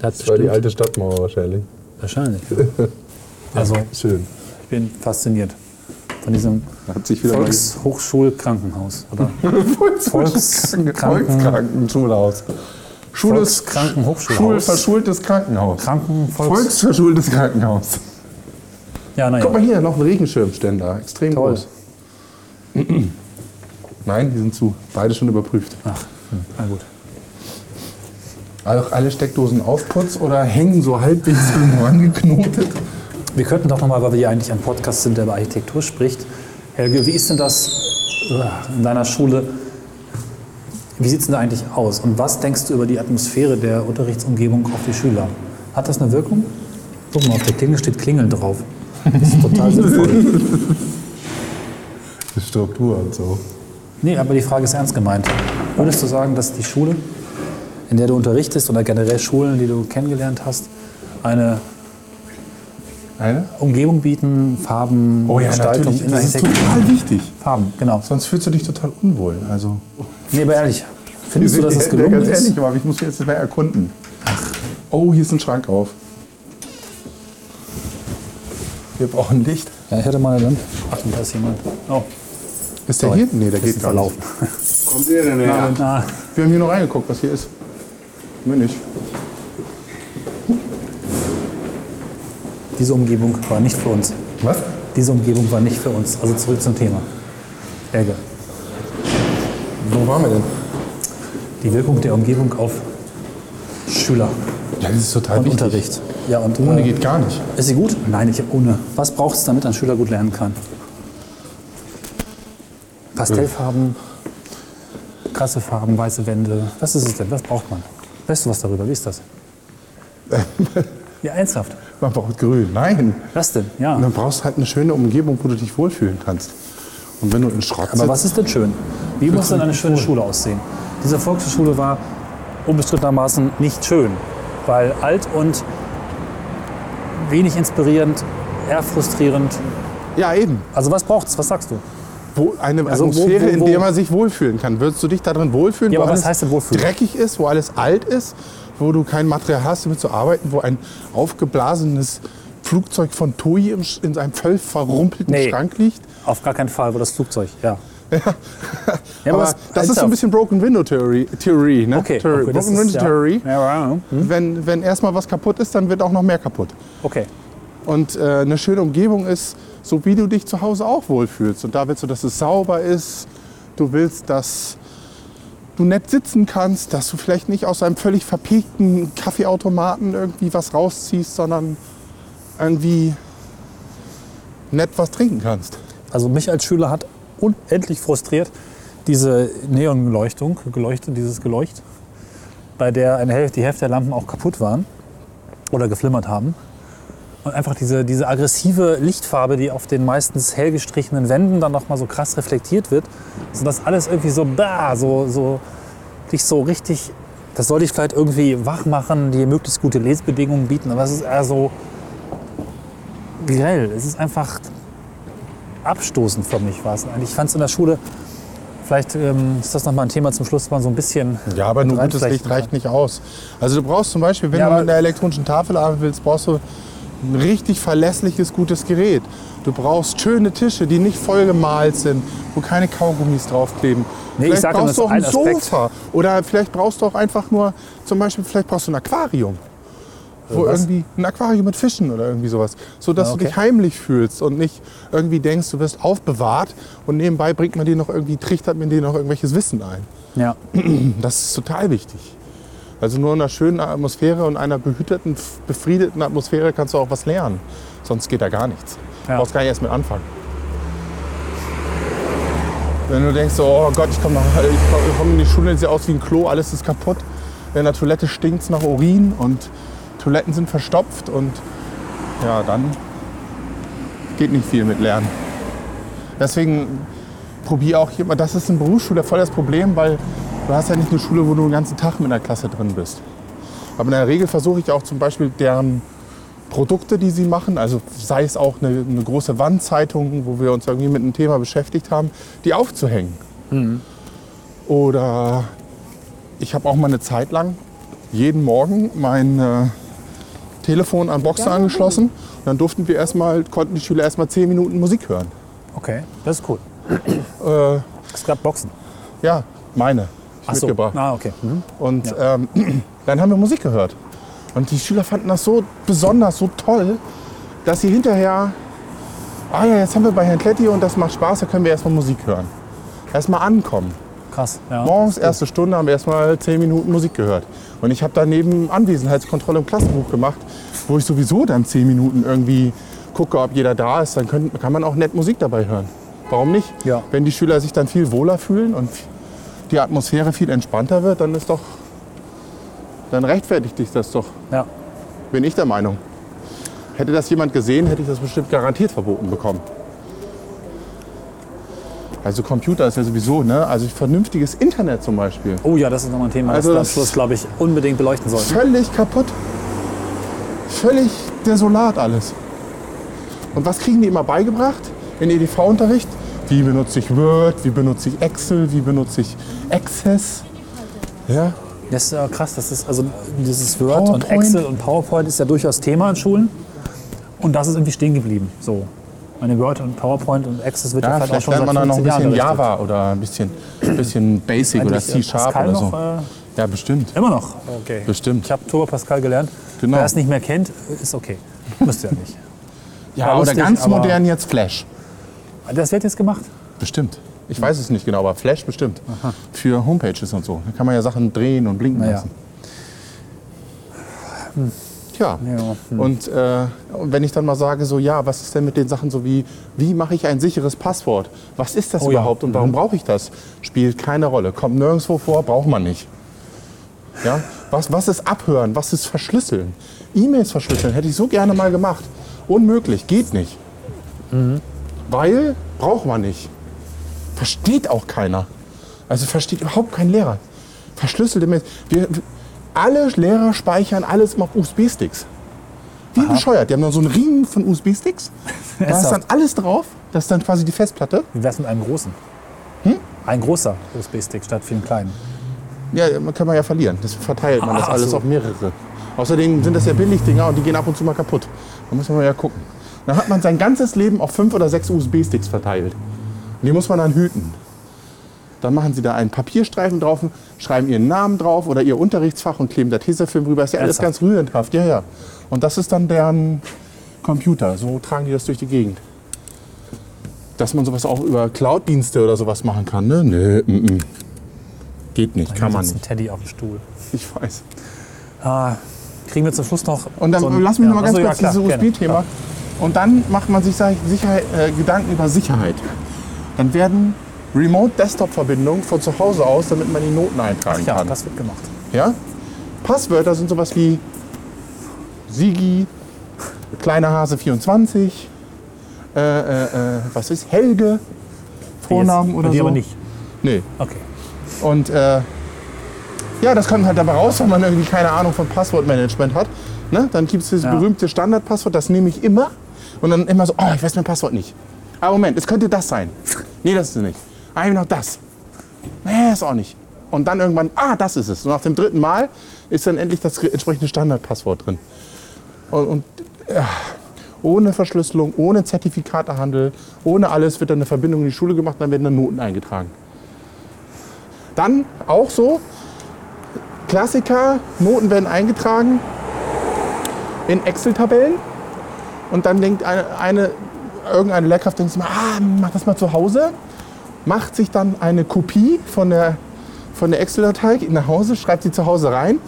Das
Das war die
stimmt.
alte Stadtmauer wahrscheinlich.
Wahrscheinlich. Also,
Schön.
ich bin fasziniert von diesem
Hat sich wieder
Volkshochschulkrankenhaus. Oder Volkskranken-
Volkskrankenschulhaus. Schules
Volkskrankenhochschulhaus.
Schul verschultes Krankenhaus.
Krankenvolks.
Volksverschultes Krankenhaus.
Ja, naja.
Guck mal hier, noch ein Regenschirmständer. Extrem
Toll.
groß. Nein, die sind zu. Beide schon überprüft.
Ach, hm, na gut.
Auch alle Steckdosen aufputz oder hängen so halbwegs irgendwo angeknotet.
Wir könnten doch nochmal, weil wir ja eigentlich ein Podcast sind, der über Architektur spricht. Helge, wie ist denn das äh, in deiner Schule? Wie sieht es denn da eigentlich aus? Und was denkst du über die Atmosphäre der Unterrichtsumgebung auf die Schüler? Hat das eine Wirkung? Guck mal, auf der Klingel steht Klingeln drauf. Das ist total sinnvoll.
Die Struktur und so.
Nee, aber die Frage ist ernst gemeint. Würdest du sagen, dass die Schule, in der du unterrichtest oder generell Schulen, die du kennengelernt hast, eine
Eine?
Umgebung bieten, Farben, Gestaltung,
Oh Das ist
Innenarchitektur?
total wichtig.
Farben, genau.
Sonst fühlst du dich total unwohl. Also,
Nee, aber ehrlich, findest du, dass es
Der- der
gelungen
ganz
ist?
ehrlich, aber ich muss jetzt mal erkunden. Oh, hier ist ein Schrank auf. Wir brauchen Licht.
Ja, ich hatte mal eine Lampe. Ach, da ist jemand. Oh,
Ist der
Sorry.
hier? Nee, der
ist Ah,
geht gar nicht.
verlaufen.
Kommt ihr denn her?
Na,
Wir haben hier noch reingeguckt, was hier ist. Mir nicht.
diese Umgebung war nicht für uns.
Was?
Diese Umgebung war nicht für uns. Also zurück zum Thema. Helge,
Wo waren wir denn?
die Wirkung der Umgebung auf Schüler
Ja, das ist total
und
wichtig.
Unterricht. Ja, und
Ohne
äh,
geht gar nicht.
Ist sie gut? Nein, ich ohne. Was braucht es, damit ein Schüler gut lernen kann? Pastellfarben, krasse Farben, weiße Wände. Was ist es denn? Was braucht man? Weißt du was darüber? Wie ist das? ja, ernsthaft.
Man braucht grün. Nein.
Was denn? Ja.
Und dann brauchst du halt eine schöne Umgebung, wo du dich wohlfühlen kannst. Und wenn du in Schrott
Aber
sitzt-
was ist denn schön? Wie muss denn eine schöne Schule aussehen? Diese Volksschule war unbestrittenermaßen nicht schön, weil alt und wenig inspirierend, eher frustrierend.
Ja, eben.
Also was braucht's? Was sagst du?
Wo eine
Also wo-
Atmosphäre,
wo-
in der
wo-
man sich wohlfühlen kann. Würdest du dich darin wohlfühlen,
Ja,
wo
aber was
alles
heißt denn wohlfühlen?
dreckig ist, wo alles alt ist, wo du kein Material hast, damit zu arbeiten, wo ein aufgeblasenes Flugzeug von Toyi im, Sch- in einem völlig verrumpelten
Nee.
Schrank liegt?
Auf gar keinen Fall, wo das Flugzeug, ja. Ja,
aber das
was-
ist so ein
ernsthaft?
bisschen Broken Window Theory. Theory ne?
Okay,
Theory.
okay, das
Broken
ist-
Window
ja.
Theory.
Ja, Mhm. ja, ja.
Wenn, wenn erstmal was kaputt ist, dann wird auch noch mehr kaputt.
Okay.
Und äh, eine schöne Umgebung ist, so wie du dich zu Hause auch wohlfühlst. Und da willst du, dass es sauber ist. Du willst, dass du nett sitzen kannst, dass du vielleicht nicht aus einem völlig verpegten Kaffeeautomaten irgendwie was rausziehst, sondern irgendwie nett was trinken kannst.
Also mich als Schüler hat unendlich frustriert diese Neonleuchtung, geleuchtet, dieses Geleucht, bei der eine Hälfte, die Hälfte der Lampen auch kaputt waren oder geflimmert haben. Und einfach diese, diese aggressive Lichtfarbe, die auf den meistens hell gestrichenen Wänden dann nochmal so krass reflektiert wird, sodass alles irgendwie so, bah, so, so dich so richtig, das soll dich vielleicht irgendwie wach machen, dir möglichst gute Lesbedingungen bieten, aber es ist eher so grell. Es ist einfach abstoßend für mich war es eigentlich. Ich fand es in der Schule, vielleicht ähm, ist das nochmal ein Thema zum Schluss, man so ein bisschen.
Ja, aber nur
mit
gutes Licht
reinflechten kann.
reicht nicht aus. Also du brauchst zum Beispiel, wenn
Ja,
du
aber-
mit einer elektronischen Tafel arbeiten willst, brauchst du ein richtig verlässliches, gutes Gerät. Du brauchst schöne Tische, die nicht vollgemalt sind, wo keine Kaugummis draufkleben.
Nee, ich
vielleicht
sag ja,
brauchst du
das
auch ein
ist ein Aspekt.
Sofa. Oder vielleicht brauchst du auch einfach nur, zum Beispiel, vielleicht brauchst du ein Aquarium. Wo irgendwie ein Aquarium mit Fischen oder irgendwie sowas. So dass
Ah, okay.
du dich heimlich fühlst und nicht irgendwie denkst, du wirst aufbewahrt und nebenbei bringt man dir noch irgendwie, trichtert man dir noch irgendwelches Wissen ein.
Ja.
Das ist total wichtig. Also nur in einer schönen Atmosphäre und einer behüteten, befriedeten Atmosphäre kannst du auch was lernen. Sonst geht da gar nichts.
Ja.
Du brauchst gar nicht erst mit anfangen. Wenn du denkst, so, oh Gott, ich komme komm in die Schule, sieht aus wie ein Klo, alles ist kaputt. In der Toilette stinkt es nach Urin und Toiletten sind verstopft und ja, dann geht nicht viel mit Lernen. Deswegen probier auch hier mal. Das ist in Berufsschule voll das Problem, weil du hast ja nicht eine Schule, wo du den ganzen Tag mit einer Klasse drin bist. Aber in der Regel versuche ich auch zum Beispiel deren Produkte, die sie machen, also sei es auch eine, eine große Wandzeitung, wo wir uns irgendwie mit einem Thema beschäftigt haben, die aufzuhängen. Oder ich habe auch mal eine Zeit lang jeden Morgen mein äh, Telefon an Boxer angeschlossen. Und dann durften wir erstmal, konnten die Schüler erstmal 10 Minuten Musik hören.
Okay, das ist cool.
Äh,
Es gab Boxen.
Ja, meine. Ich
Ach so.
mitgebracht.
Ah, okay. Mhm.
Und ähm, dann haben wir Musik gehört. Und die Schüler fanden das so besonders, so toll, dass sie hinterher, ah ja, jetzt haben wir bei Herrn Kletti und das macht Spaß, da können wir erstmal Musik hören. Erstmal ankommen.
Krass. Ja.
Morgens, erste Stunde, haben wir erstmal zehn Minuten Musik gehört. Und ich habe daneben Anwesenheitskontrolle im Klassenbuch gemacht, wo ich sowieso dann zehn Minuten irgendwie gucke, ob jeder da ist. Dann können, kann man auch nett Musik dabei hören. Warum nicht?
Ja.
Wenn die Schüler sich dann viel wohler fühlen und die Atmosphäre viel entspannter wird, dann ist doch, dann rechtfertigt sich das doch.
ja.
Bin ich der Meinung. Hätte das jemand gesehen, hätte ich das bestimmt garantiert verboten bekommen. Also Computer ist ja sowieso, ne? Also vernünftiges Internet zum Beispiel.
Oh ja, das ist nochmal ein Thema,
Also
das
das-
wir am Schluss, glaube ich, unbedingt beleuchten sollten.
Völlig kaputt. Völlig desolat alles. Und was kriegen die immer beigebracht in EDV-Unterricht? Wie benutze ich Word, wie benutze ich Excel, wie benutze ich Access? Ja,
Das ist ja krass, das ist also dieses Word und
PowerPoint.
Excel und PowerPoint ist ja durchaus Thema an Schulen. Und das ist irgendwie stehen geblieben. So. Meine Word und PowerPoint und Access wird ja,
ja
vielleicht
vielleicht
auch schon
lernt
seit
man da noch
15
ein bisschen
Jahren unterrichtet.
Java oder ein bisschen, bisschen Basic oder
Eigentlich, äh,
C-Sharp
Pascal
oder so.
Noch,
Ja, bestimmt.
äh, immer noch. Okay.
Bestimmt.
Ich habe Turbo Pascal gelernt.
Genau.
Wer es nicht mehr kennt, ist okay. Müsste ja nicht.
Ja,
war
oder
lustig,
ganz
aber-
modern jetzt Flash.
Das wird jetzt gemacht.
Bestimmt. Ich weiß es nicht genau, aber Flash bestimmt. Für Homepages und so. Da kann man ja Sachen drehen und blinken
Na ja.
lassen. Tja.
Ja,
Und, äh, und wenn ich dann mal sage, so ja, was ist denn mit den Sachen so wie, wie mache ich ein sicheres Passwort? Was ist das
Oh ja.
überhaupt und warum brauche ich das? Spielt keine Rolle. Kommt nirgendwo vor, braucht man nicht. Ja? Was, was ist Abhören? Was ist Verschlüsseln? E-Mails verschlüsseln hätte ich so gerne mal gemacht. Unmöglich, geht nicht.
Mhm.
Weil braucht man nicht. Versteht auch keiner. Also versteht überhaupt kein Lehrer. Verschlüsselte Mails. Wir, alle Lehrer speichern alles immer auf USB-Sticks. Wie bescheuert. Die haben dann so einen Ring von USB-Sticks. Da ist dann
Ernsthaft?
alles drauf. Das ist dann quasi die Festplatte.
Wie wär's mit einem großen?
Hm?
Ein großer USB-Stick statt vielen kleinen.
Ja, man kann man ja verlieren. Das verteilt man das
Ach
alles
so.
auf mehrere. Außerdem sind das ja Billigdinger und die gehen ab und zu mal kaputt. Da muss man mal ja gucken. Dann hat man sein ganzes Leben auf fünf oder sechs USB-Sticks verteilt. Und die muss man dann hüten. Dann machen sie da einen Papierstreifen drauf, schreiben ihren Namen drauf oder ihr Unterrichtsfach und kleben da Tesafilm rüber. Ist ja alles
Ernsthaft?
ganz rührendhaft. Ja, ja. Und das ist dann deren Computer. So tragen die das durch die Gegend. Dass man sowas auch über Cloud-Dienste oder sowas machen kann, ne? Nee, mm, mm. Geht nicht, kann
Hier
man
sitzt
nicht.
ein Teddy auf dem Stuhl.
Ich weiß.
Ah, kriegen wir zum Schluss noch.
Und dann
so ein-
lass mich
ja.
noch mal ganz
Ach so,
kurz
ja,
dieses
klar, gerne.
USB-Thema. Und dann macht man sich Sicher- Sicherheit, äh, Gedanken über Sicherheit. Dann werden Remote-Desktop-Verbindungen von zu Hause aus, damit man die Noten eintragen
Ja,
kann.
das wird gemacht.
Ja? Passwörter sind sowas wie Sigi, kleiner Hase 24, äh, äh, äh, was ist Helge, Vornamen
Jetzt,
oder
bei dir
so.
aber nicht.
Nee.
Okay.
Und äh, ja, das kommt halt dabei raus, wenn man irgendwie keine Ahnung von Passwortmanagement hat. Ne? Dann gibt es dieses
Ja.
berühmte Standardpasswort, das nehme ich immer. Und dann immer so, oh, ich weiß mein Passwort nicht. Ah, Moment, es könnte das sein. Nee, das ist es nicht. Ah, eben noch das. Nee, ist auch nicht. Und dann irgendwann, ah, das ist es. Und nach dem dritten Mal ist dann endlich das entsprechende Standardpasswort drin. Und, und äh, ohne Verschlüsselung, ohne Zertifikatehandel, ohne alles wird dann eine Verbindung in die Schule gemacht, dann werden dann Noten eingetragen. Dann auch so, Klassiker, Noten werden eingetragen in Excel-Tabellen. Und dann denkt eine, eine, irgendeine Lehrkraft, denkt sich mal, ah, mach das mal zu Hause. Macht sich dann eine Kopie von der von der Excel-Datei, geht nach Hause, schreibt sie zu Hause rein,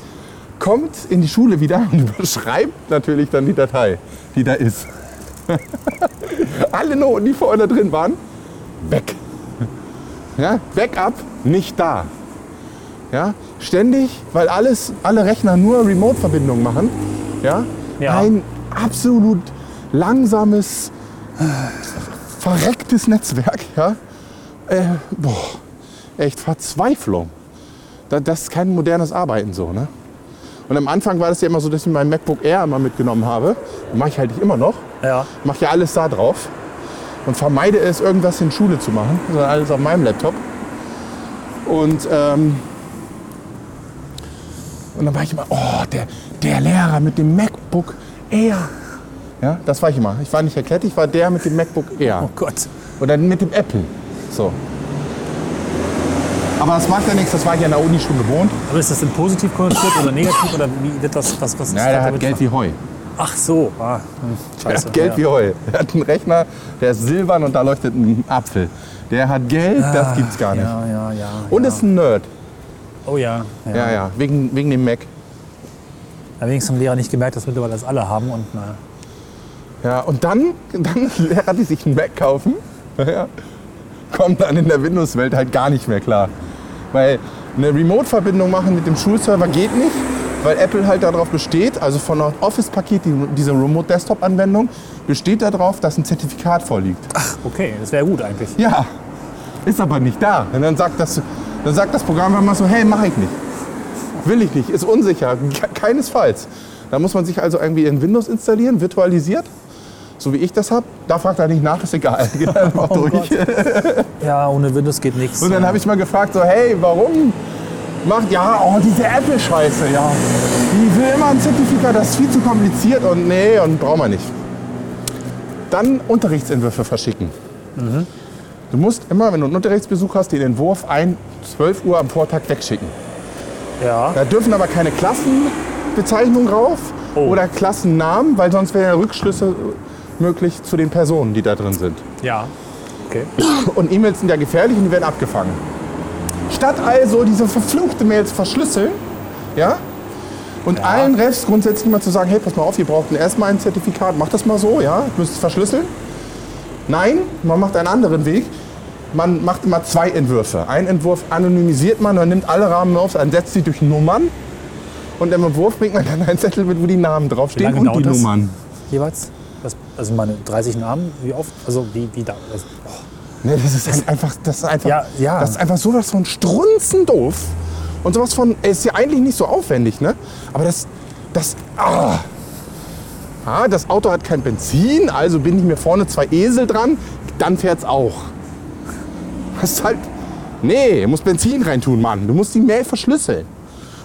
kommt in die Schule wieder und überschreibt natürlich dann die Datei, die da ist. Alle Noten, die vorher da drin waren, weg. Ja, Backup nicht da. Ja, ständig, weil alles, alle Rechner nur Remote-Verbindungen machen. Ja,
Ja.
ein absolut langsames, äh, verrecktes Netzwerk. Ja, äh, boah, echt Verzweiflung. Da- Das ist kein modernes Arbeiten so, ne? Und am Anfang war das ja immer so, dass ich mein MacBook Air immer mitgenommen habe. Mache ich halt immer noch.
Ja.
Mache ja alles da drauf. Und vermeide es, irgendwas in Schule zu machen, sondern alles auf meinem Laptop. Und, ähm, und dann war ich immer, oh, der, der Lehrer mit dem MacBook Air. Ja, das war ich immer. Ich war nicht erklärt, ich war der mit dem MacBook Air.
Oh Gott.
Und dann mit dem Apple. So. Aber das macht ja nichts, das war ich an der Uni schon gewohnt.
Aber ist das denn positiv konnotiert oder negativ oder wie wird das, was, was ist
Ja, der hat
damit
Geld wie Heu.
Ach so, ah, hm,
Der
scheiße.
hat Geld
ja.
wie Heu. Der hat einen Rechner, der ist silbern und da leuchtet ein Apfel. Der hat Geld, das gibt's gar nicht.
Ah, Ja, ja, ja.
Und ist ein Nerd.
Oh ja. Ja.
Ja, ja, wegen, wegen dem Mac.
Da wenigstens haben die Lehrer nicht gemerkt, dass mittlerweile das alle haben und naja.
Ja, und dann, dann Lehrer, die sich einen Mac kaufen, ja, kommen dann in der Windows-Welt halt gar nicht mehr klar. Weil eine Remote-Verbindung machen mit dem Schulserver geht nicht, weil Apple halt darauf besteht, also von einem Office-Paket, die, diese Remote-Desktop-Anwendung, besteht darauf, dass ein Zertifikat vorliegt.
Okay, das wäre gut eigentlich.
Ja, ist aber nicht da. Und dann sagt das, dann sagt das Programm einfach mal so, hey, mache ich nicht. Will ich nicht, ist unsicher, ke- keinesfalls. Da muss man sich also irgendwie in Windows installieren, virtualisiert, so wie ich das habe. Da fragt er nicht nach, ist egal. Geht einfach durch.
Ja, ohne Windows geht nichts.
Und dann habe ich mal gefragt, so, hey, warum macht, ja, oh, diese Apple-Scheiße, ja. Die will immer ein Zertifikat, das ist viel zu kompliziert und nee, und brauchen wir nicht. Dann Unterrichtsentwürfe verschicken. Du musst immer, wenn du einen Unterrichtsbesuch hast, den Entwurf ein 12 Uhr am Vortag wegschicken.
Ja.
Da dürfen aber keine Klassenbezeichnungen rauf oder Klassennamen, weil sonst wären ja Rückschlüsse möglich zu den Personen, die da drin sind.
Ja. Okay.
Und E-Mails sind ja gefährlich und die werden abgefangen. Statt also diese verfluchte Mail zu verschlüsseln, ja, und allen Refs grundsätzlich mal zu sagen, hey, pass mal auf, ihr braucht erstmal ein Zertifikat, macht das mal so, ja, ihr müsst es verschlüsseln. Nein, man macht einen anderen Weg. Man macht immer zwei Entwürfe. Einen Entwurf anonymisiert man, man nimmt alle Rahmen auf, dann setzt sie durch Nummern. Und im Entwurf bringt man dann einen Zettel mit, wo die Namen draufstehen
lange
und
dauert
die
das?
Nummern.
Jeweils? Das, also meine 30 Namen, wie oft? Also wie, wie da? Also, oh.
Nee, Ne, das ist ein- einfach, das ist einfach,
Ja, ja.
das ist einfach sowas von strunzendoof. Und sowas von, ey, ist ja eigentlich nicht so aufwendig, ne? Aber das, das, ah. Ah, das Auto hat kein Benzin, also bin ich mir vorne zwei Esel dran, dann fährt's auch. Das ist halt, nee, du musst Benzin reintun, Mann. Du musst die Mail verschlüsseln.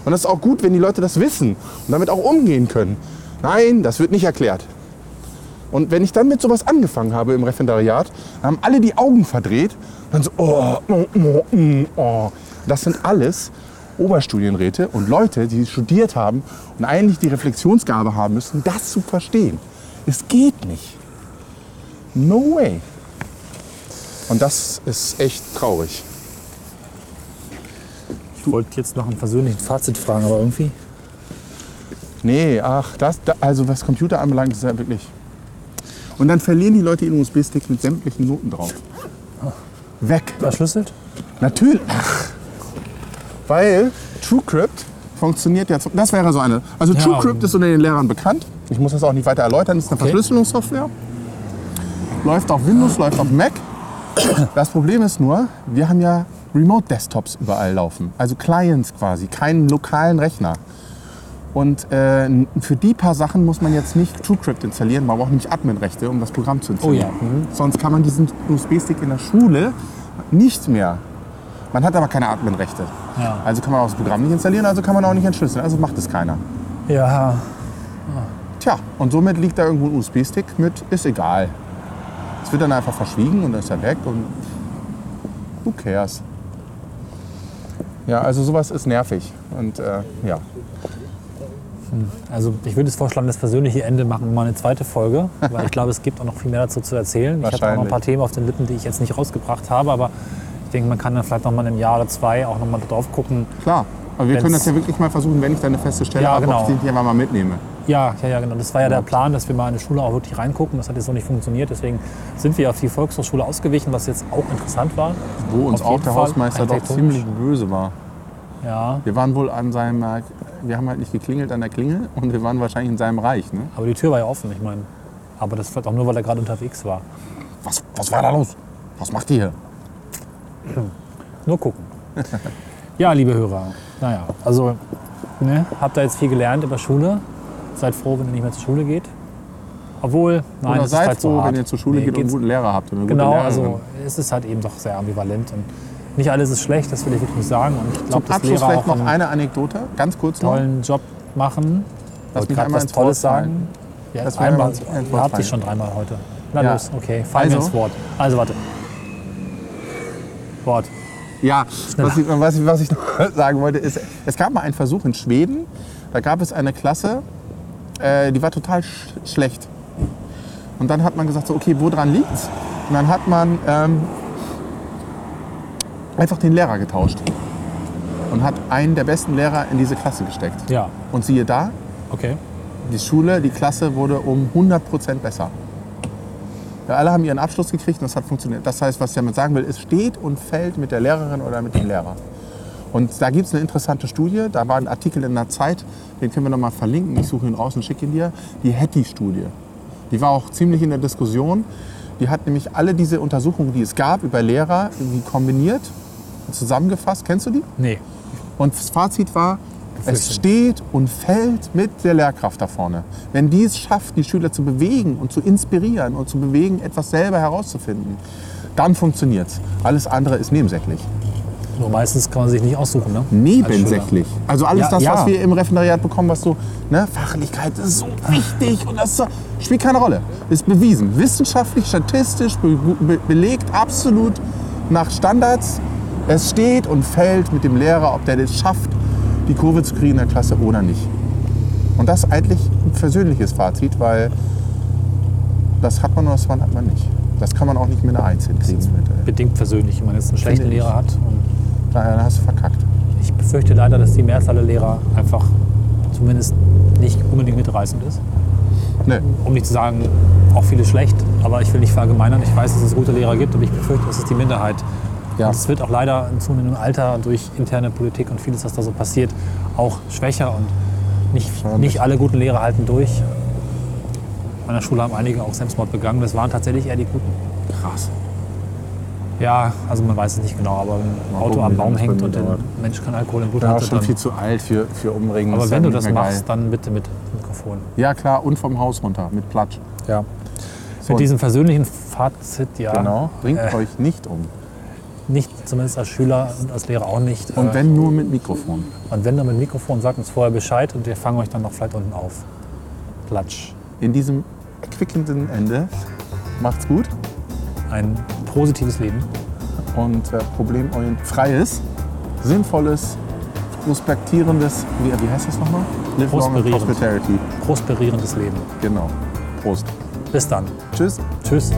Und das ist auch gut, wenn die Leute das wissen und damit auch umgehen können. Nein, das wird nicht erklärt. Und wenn ich dann mit sowas angefangen habe im Referendariat, haben alle die Augen verdreht. Dann so, oh, oh, oh, oh, oh. Das sind alles Oberstudienräte und Leute, die studiert haben und eigentlich die Reflexionsgabe haben müssen, das zu verstehen. Es geht nicht. No way. Und das ist echt traurig.
Ich wollte jetzt nach einem persönlichen Fazit fragen, aber irgendwie.
Nee, ach, das, da, also was Computer anbelangt, ist ja wirklich. Und dann verlieren die Leute ihren USB-Sticks mit sämtlichen Noten drauf. Weg.
Verschlüsselt?
Natürlich. Weil TrueCrypt funktioniert ja. zum- Das wäre so eine. Also TrueCrypt ist unter den Lehrern bekannt. Ich muss das auch nicht weiter erläutern. Das ist eine Verschlüsselungssoftware. Läuft auf Windows, läuft auf Mac. Das Problem ist nur, wir haben ja Remote-Desktops überall laufen. Also Clients quasi, keinen lokalen Rechner. Und äh, für die paar Sachen muss man jetzt nicht TrueCrypt installieren, man braucht nämlich Admin-Rechte, um das Programm zu installieren.
Oh ja,
Sonst kann man diesen USB-Stick in der Schule nicht mehr. Man hat aber keine Admin-Rechte.
Ja.
Also kann man auch das Programm nicht installieren, also kann man auch nicht entschlüsseln. Also macht es keiner.
Ja.
Tja, und somit liegt da irgendwo ein USB-Stick mit, ist egal. Es wird dann einfach verschwiegen und dann ist er weg und who cares. Ja, also sowas ist nervig. Und äh, ja.
Also ich würde es vorschlagen, das persönliche Ende machen wir mal eine zweite Folge, weil ich glaube, es gibt auch noch viel mehr dazu zu erzählen. Ich hatte auch noch ein
Wahrscheinlich.
paar Themen auf den Lippen, die ich jetzt nicht rausgebracht habe, aber
denke, man kann dann vielleicht nochmal im Jahr oder zwei auch nochmal drauf gucken.
Klar. Aber wir
Wenn's-
können das ja wirklich mal versuchen, wenn ich da eine feste Stelle
Ja,
habe, ob
genau.
ich den hier mal mitnehme.
Ja, ja, ja, genau. Das war ja der Plan, dass wir mal in die Schule auch wirklich reingucken. Das hat jetzt noch nicht funktioniert. Deswegen sind wir auf die Volkshochschule ausgewichen, was jetzt auch interessant war.
Wo uns
Auf
auch
jeden
der
Fall
Hausmeister doch
architektonisch.
ziemlich böse war.
Ja,
Wir waren wohl an seinem, äh, wir haben halt nicht geklingelt an der Klingel und wir waren wahrscheinlich in seinem Reich. Ne?
aber die Tür war ja offen, ich meine. Aber das vielleicht auch nur, weil er gerade unterwegs war.
Was, was war da los? Was macht ihr hier?
Nur gucken. ja, liebe Hörer. Naja, also, ne, habt da jetzt viel gelernt über Schule. Seid froh, wenn ihr nicht mehr zur Schule geht. Obwohl, nein,
Oder
das ist
seid
halt so
froh,
hart.
wenn ihr zur Schule
Nee,
geht und einen
geht's-
guten Lehrer habt. Oder eine
Genau,
gute Lehrerin.
also es ist halt eben doch sehr ambivalent. Und nicht alles ist schlecht, das will ich wirklich sagen. Und ich glaube,
Zum
dass
Abschluss
Lehrer
vielleicht
auch
noch
einen
eine Anekdote, ganz kurz noch.
tollen Job machen.
Lass
Wollte
mich
grad
einmal
was
ins
Tolles
Wort fallen.
sagen. Ja,
Lass mich
einmal,
einmal ins Wort
ihr habt
fallen.
dich schon dreimal heute. Na
Ja.
los, okay, fallen wir
Also?
ins Wort. Also warte. Wort.
Ja, was ich, was, ich, was ich noch sagen wollte, ist, es gab mal einen Versuch in Schweden, da gab es eine Klasse, äh, die war total sch schlecht. Und dann hat man gesagt, so, okay, woran liegt's? Und dann hat man ähm, einfach den Lehrer getauscht und hat einen der besten Lehrer in diese Klasse gesteckt.
Ja,
Und siehe da,
okay.
die Schule, die Klasse wurde um 100% besser. Ja, alle haben ihren Abschluss gekriegt und das hat funktioniert. Das heißt, was ich damit sagen will, es steht und fällt mit der Lehrerin oder mit dem Lehrer. Und da gibt es eine interessante Studie, da war ein Artikel in der Zeit, den können wir nochmal verlinken, ich suche ihn raus und schicke ihn dir, die Hattie-Studie. Die war auch ziemlich in der Diskussion. Die hat nämlich alle diese Untersuchungen, die es gab über Lehrer, irgendwie kombiniert und zusammengefasst. Kennst du die?
Nee.
Und das Fazit war, es steht und fällt mit der Lehrkraft da vorne. Wenn die es schafft, die Schüler zu bewegen und zu inspirieren und zu bewegen, etwas selber herauszufinden, dann funktioniert's. Alles andere ist nebensächlich.
Nur meistens kann man sich nicht aussuchen, ne?
Nebensächlich. Also alles
Ja,
das,
ja.
was wir im Referendariat bekommen, was so, ne, Fachlichkeit ist so
Ah.
wichtig und das so, spielt keine Rolle. Ist bewiesen. Wissenschaftlich, statistisch, be be belegt, absolut nach Standards. Es steht und fällt mit dem Lehrer, ob der das schafft, die Kurve zu kriegen in der Klasse oder nicht. Und das ist eigentlich ein persönliches Fazit, weil das hat man oder das hat man nicht. Das kann man auch nicht mit einer Einzel kriegen.
Bedingt persönlich, wenn man jetzt einen schlechten
Finde ich.
Lehrer hat. Und
Daher hast du verkackt.
Ich befürchte leider, dass die Mehrzahl der Lehrer einfach zumindest nicht unbedingt mitreißend ist.
Nee.
Um nicht zu sagen, auch viele schlecht, aber ich will nicht verallgemeinern. Ich weiß, dass es gute Lehrer gibt, aber ich befürchte, es ist die Minderheit.
Ja.
Und es wird auch leider in zunehmendem Alter durch interne Politik und vieles, was da so passiert, auch schwächer und nicht, nicht alle guten Lehrer halten durch. An der Schule haben einige auch Selbstmord begangen. Das waren tatsächlich eher die Guten.
Krass.
Ja, also man weiß es nicht genau, aber wenn ein Auto
gucken,
am
wie
Baum
lange es
hängt
bei
und
mir
der
dauert.
Mensch keinen Alkohol im Blut
Ja,
hatte,
schon
dann
viel zu alt für, für Umregen.
Aber
ist
wenn
ja
du
nicht
das
mehr geil.
machst, dann bitte mit Mikrofon.
Ja, klar, und vom Haus runter, mit Platsch.
Ja.
So,
Mit diesem persönlichen Fazit, ja.
genau, bringt
Äh.
euch nicht um.
Nicht, zumindest als Schüler und als Lehrer auch nicht.
Und
Äh,
wenn nur mit Mikrofon.
und wenn dann mit Mikrofon, sagt uns vorher Bescheid und wir fangen euch dann noch vielleicht unten auf. Klatsch.
In diesem erquickenden Ende macht's gut
Ein positives Leben.
und äh, problemorientfreies, sinnvolles, prospektierendes, wie, wie heißt das nochmal? Live long and
Prosperierend.
prosperity.
Prosperierendes Leben.
Genau. Prost.
Bis dann.
Tschüss.
Tschüss.